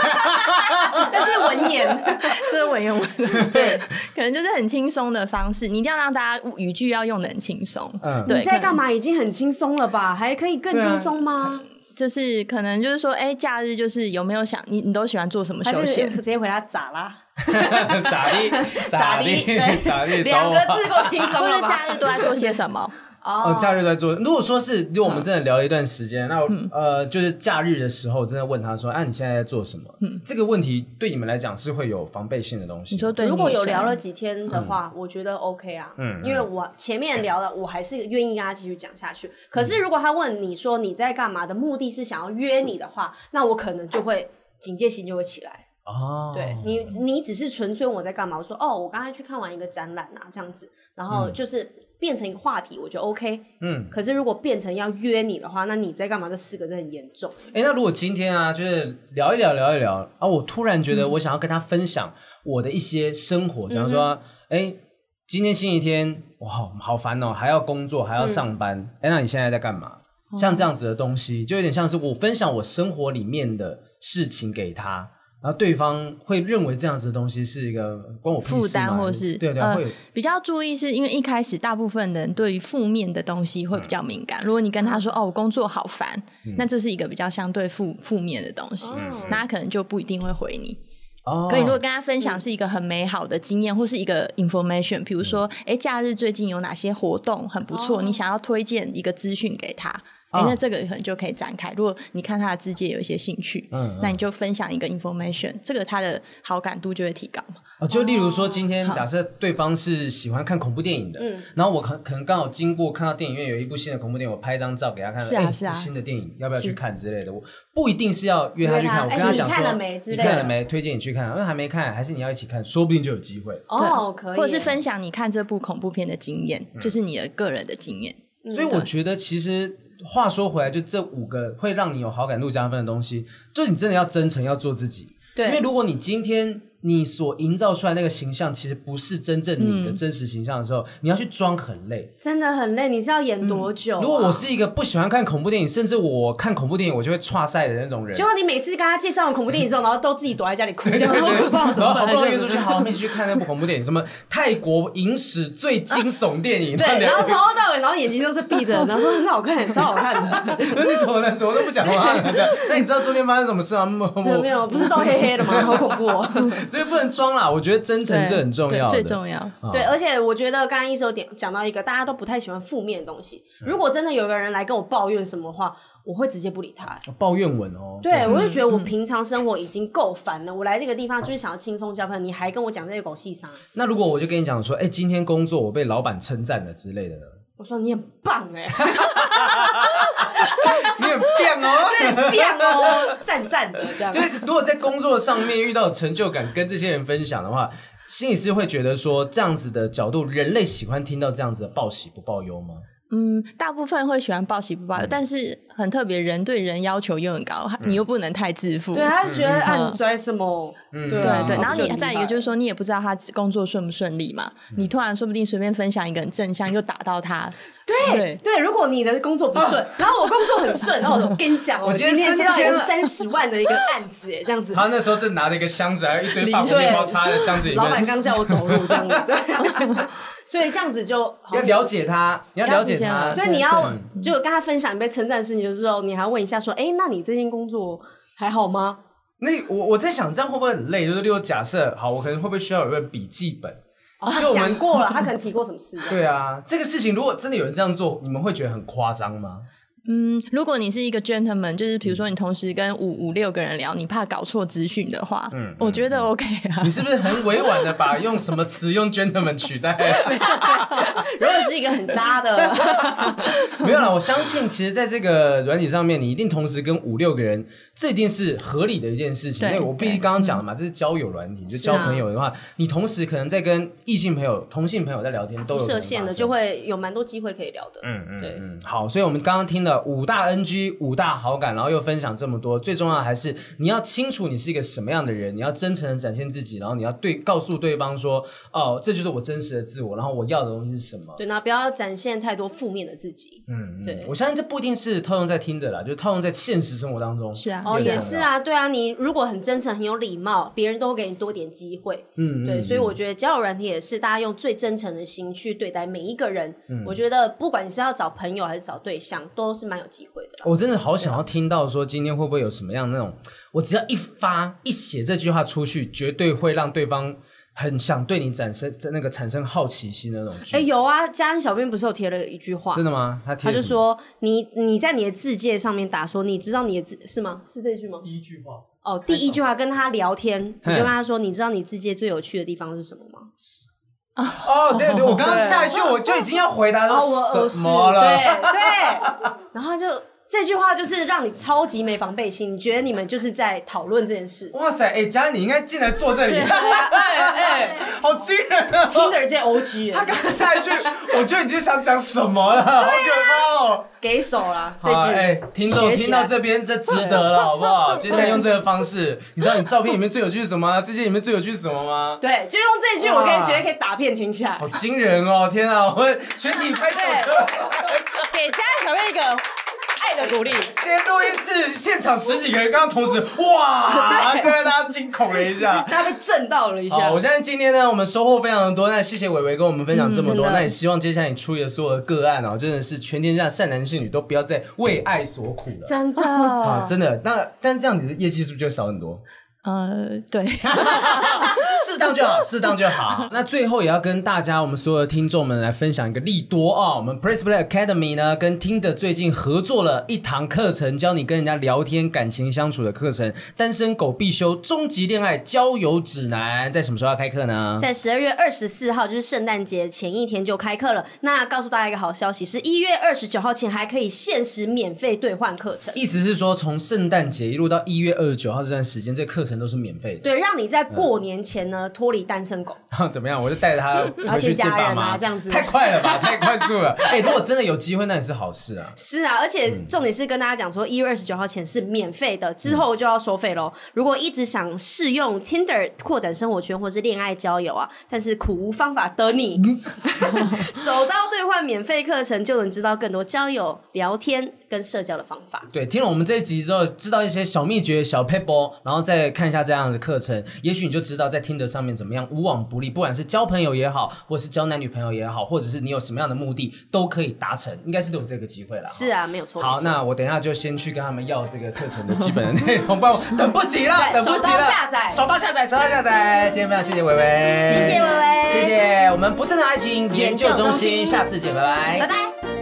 A: 那是文言。
C: 这是文言文， 对，可能就是很轻松的方式。你一定要让大家语句要用的很轻松。
B: 嗯
C: 对，
A: 你在干嘛？已经很轻松了吧？还可以更轻松吗？
C: 就是可能就是说，哎、假日就是有没有想你，你都喜欢做什么
A: 还
C: 休
A: 是
C: 闲？
A: 直接回答咋啦？
B: 咋地
A: 咋
B: 地
A: 地？
B: 咋
A: 对，
B: 地？
A: 两
B: 找我
A: 个字够 轻松
C: 或
A: 了
C: 者
A: 吧？
C: 假日都在做些什么？
B: 哦
A: 哦，
B: 假日都在做。如果说是，如果我们真的聊了一段时间，那我、
A: 嗯
B: 呃，就是假日的时候，真的问他说：“啊，你现在在做什么？”
A: 嗯
B: 这个问题对你们来讲是会有防备性的东西。
C: 你说对？
A: 如果有聊了，几天的话，我觉得 OK 啊，嗯，因为我前面聊了，我还是愿意跟他继续讲下去。可是如果他问你说你在干嘛的目的是想要约你的话，那我可能就会警戒心就会起来。
B: 哦，
A: 对你，你只是纯粹问我在干嘛，我说哦，我刚才去看完一个展览啊，这样子，然后就是变成一个话题，我就 OK。
B: 嗯，
A: 可是如果变成要约你的话，那你在干嘛？这四个字很严重。
B: 哎，那如果今天啊，就是聊一聊，聊一聊啊，我突然
C: 嗯
B: 觉得我想要跟他分享我的一些生活，假如说，哎、今天星期天，哇，好烦哦，还要工作，
C: 嗯
B: 还要上班。哎、那你现在在干嘛？像这样子的东西，就有点像是我分享我生活里面的事情给他，然后对方会认为这样子的东西是一个关我屁事吗
C: 负担或是
B: 对对、
C: 呃
B: 会有
C: 比较注意，是因为一开始大部分人对于负面的东西会比较敏感。如果你跟他说“哦，我工作好烦”，那这是一个比较相对负负面的东西，那他可能就不一定会回你。
B: 哦，
C: 可以，如果跟他分享是一个很美好的经验，或是一个 information，比如说，
B: 嗯
C: 哎、假日最近有哪些活动很不错，你想要推荐一个资讯给他，哎、
B: 哦
C: 那这个可能就可以展开。如果你看他的字界有一些兴趣，
B: 嗯嗯
C: 那你就分享一个 information，这个他的好感度就会提高嘛。
B: 哦，就例如说，今天假设对方是喜欢看恐怖电影的，
A: 嗯
B: 然后我可可能刚好经过，看到电影院有一部新的恐怖电影，我拍一张照给他看，
C: 是啊
B: 哎
C: 是啊
B: 这新的电影要不要去看之类的，我不一定是要约他去看，
A: 约
B: 我跟
A: 他
B: 他讲说，
A: 哎你看了没之
B: 你
A: 类的
B: 看了没？推荐你去看，因为还没看，还是你要一起看，说不定就有机会。
A: 哦，可以，
C: 或者是分享你看这部恐怖片的经验，
B: 嗯
C: 就是你的个人的经验。
A: 嗯
B: 所以我觉得，其实话说回来，就这五个会让你有好感度加分的东西，就是你真的要真诚，要做自己。
A: 对
B: 因为如果你今天你所营造出来那个形象，其实不是真正你的
A: 嗯
B: 真实形象的时候，你要去装很累。
A: 真的很累，你是要演多久啊？
B: 嗯如果我是一个不喜欢看恐怖电影，甚至我看恐怖电影我就会岔赛的那种人
A: 结，果你每次跟他介绍完恐怖电影之后，然后都自己躲在家里哭， 这样好可怕，怎
B: 然
A: 么
B: 后好
A: 办？
B: 不容易约出 去，好，我们一起去看那部恐怖电影，什么泰国影史最惊悚 电影，
A: 对，
B: 然
A: 然后
B: 后
A: 从头到尾，然后眼睛都是闭着，然后说很好看，超好看 的。
B: 你怎么了？怎么都不讲话了？这样那你知道中间发生什么 事吗？默
A: 没有
B: 默
A: 没，有，不是都黑黑的吗？好恐怖哦！
B: 所以不能装啦。我觉得真诚是很重要的，啊
C: 对最重要。
B: 嗯
A: 对，而且我觉得刚刚一手点讲到一个，大家都不太喜欢负面的东西。如果真的有个人来跟我抱怨什么话，我会直接不理他。欸
B: 抱怨文哦。
A: 对，我就觉得我平常生活已经够烦了，我来这个地方就是想要轻松交朋友，你还跟我讲这些狗屁啥？
B: 那如果我就跟你讲说，哎，今天工作我被老板称赞了之类的呢？
A: 我说你很棒哎、
B: 你很变哦。
A: 变哦，赞赞的这样
B: 就。是如果在工作上面遇到成就感，跟这些人分享的话，心理师会觉得说这样子的角度，人类喜欢听到这样子的报喜不报忧吗？
C: 嗯，大部分会喜欢报喜不
B: 嗯
C: 报忧，但是很特别，人对人要求又很高，你又不能太自负。
A: 对，他就觉得啊，你拽什么？对啊
C: 嗯对对，
A: 那
C: 然后
A: 不就
C: 你
A: 很
C: 再一
A: 厉
C: 个
A: 害
C: 嗯就是说，你也不知道他工作顺不顺利嘛，你突然说不定随便分享一个很正向，又打到他。
A: 对
C: 对
A: 对，如果你的工作不顺，然后我工作很顺，然后我跟你讲，我
B: 今天
A: 天接
B: 升
A: 到一个
B: 迁了
A: 三十万的一个案子，哎，这样子，
B: 他那时候正 拿着一个箱子，还有一堆法国
A: 对
B: 面包插在箱子 里
A: 老板
B: 面。
A: 刚叫我走路，这样子，对，所以这样子就好
B: 要。了解他，你要了解
C: 了
B: 他
C: 解，
A: 所以你要就跟他分享你被称赞的事情的时候，你还问一下说，哎，那你最近工作还好吗？
B: 那我我在想，这样会不会很累？就是例如假设，好，我可能会不会需要有一本笔记本？
A: 哦，
B: 就
A: 他
B: 我们
A: 讲过了，他可能提过什么事？
B: 对啊，这个事情如果真的有人这样做，你们会觉得很夸张吗？
C: 嗯，如果你是一个 gentleman，就是比如说你同时跟五五六个人聊，你怕搞错资讯的话，我觉得 OK 啊
B: 你。是不是很委婉的把用什么词用 gentleman 取代？
A: 如果是一个很渣的，
B: 没有啦，我相信其实在这个软体上面，你一定同时跟五六个人，这一定是合理的一件事情。因
C: 对
B: 为我毕竟刚刚讲了嘛，这是交友软体，就交朋友的话，你同时可能在跟异性朋友、同性朋友在聊天，都有可能
A: 射线的
B: 发生
A: 就。会有蛮多机会可以聊的。嗯嗯，对。
B: 嗯，好，所以我们刚刚听了五大 NG、五大好感，然后又分享这么多，最重要的还是你要清楚你是一个什么样的人，你要真诚的展现自己，然后你要对告诉对方说，哦，这就是我真实的自我，然后我要的东西是什么。
A: 对，那不要展现太多负面的自己。嗯，对。
B: 我相信这不一定是套用在听的啦，就是套用在现实生活当中。
C: 是啊
A: 哦，
C: 是
A: 也是。啊，对啊，你如果很真诚、很有礼貌，别人都会给你多点机会。嗯，对，所以我觉得交友软体也是大家用最真诚的
B: 嗯
A: 心去对待每一个人。我觉得不管你是要找朋友还是找对象，都是蛮有机会的啦。啊
B: 我真的好想要听到说今天会不会有什么样那种，我只要一发一写这句话出去，绝对会让对方很想对你产生那个产生好奇心的那种句子。
A: 哎、有啊，家安小编不是有贴了一句话
B: 真，的吗？他
A: 他
B: 贴了
A: 就
B: 什么
A: 说你你在你的字界上面打说，你知道你的字是吗？是这句吗？
D: 第一句话
A: 哦，第一句话跟他聊天，你
E: 嘿
A: 就跟他说，你知道你字界最有趣的地方是什么吗？
B: 哦，对对，我刚刚下一句我就已经要回答
A: 哦，我
B: 说
A: 偶
B: 什
A: 是，
B: 么了。
A: 对对，然后就这句话就是让你超级没防备心，你觉得你们就是在讨论这件事。
B: 哇塞，哎，佳妮你应该进来坐这里，
A: 哎哎
B: 好惊人啊！
A: ，Tinder 界 OG，
B: 他
A: 哎
B: 刚刚下一句，我就已经想讲什么了，好可怕哦！
A: 给手啦，这
B: 好啊，
A: 句。
B: 哎、听众
A: 学起
B: 听到
A: 来
B: 这边，这值 得了，好不好？接下来用这个方式，你知道你照片里面最有趣是 什么吗？这些里面最有趣是什么吗？
A: 对，就用这句，我可以
B: 哇
A: 觉得可以打遍天下
B: 好。惊人哦！天啊，我们全体拍手！
A: 给家里小妹一个爱的鼓励。
B: 今天录音室现场十几个人，刚刚同时 哇，对啊，大家惊恐了一下。
A: 大家被震到了一下
B: 好，，我相信今天呢，我们收获非常的多。那谢谢伟伟跟我们分享这么
A: 嗯真
B: 多。
A: 的
B: 那也希望接下来你处理的所有的个案哦，真的是全天下善男信女都不要再为爱所苦了。
A: 真的
B: 啊，真的。那但这样你的业绩是不是就会少很多？
C: 呃，对，
B: 适当就好，适当就好。 那最后也要跟大家，我们所有的听众们来分享一个利多啊、我们 Press Play Academy 呢，跟 Tinder 最近合作了一堂课程，教你跟人家聊天、感情相处的课程，《单身狗必修终极恋爱交友指南》，在什么时候要开课呢？
A: 在十二月二十四号，就是圣诞节前一天就开课了。那告诉大家一个好消息，是一月二十九号前还可以限时免费兑换课程。
B: 意思是说，从圣诞节一路到一月二十九号这段时间，这课程都是免费的。
A: 对，让你在
B: 嗯
A: 过年前呢脱离单身狗。
B: 然后怎么样？我就带着他回去见爸
A: 然后见家人
B: 妈，
A: 啊这样子
B: 太快 了吧，太快速了。哎、如果真的有机会，那也是好事啊。
A: 是啊，而且重点是跟大家讲说，一月二十九号前是免费的，之后就要收费喽。如果一直想试用 Tinder 扩展生活圈或是恋爱交友啊，但是苦无方法的 你，手刀兑换免费课程就能知道更多交友、聊天跟社交的方法。
B: 对，听了我们这一集之后，知道一些小秘诀、小 p a p e r 然后再看一下这样的课程，也许你就知道在听得上面怎么样无往不利，不管是交朋友也好，或是交男女朋友也好，或者是你有什么样的目的，都可以达成，应该是都有这个机会啦。
A: 是啊，没有错。
B: 好，那我等一下就先去跟他们要这个课程的基本的内容，不然我等不及了，
A: 对
B: 等不及
A: 手
B: 了。
A: 刀下载
B: 手到下载，手到下载。今天非常谢谢伟伟，
A: 谢谢伟伟
B: 谢谢我们不正常爱情研究中
A: 研究中
B: 心，
A: 心
B: 下次见，拜
A: 拜
B: 拜
A: 拜。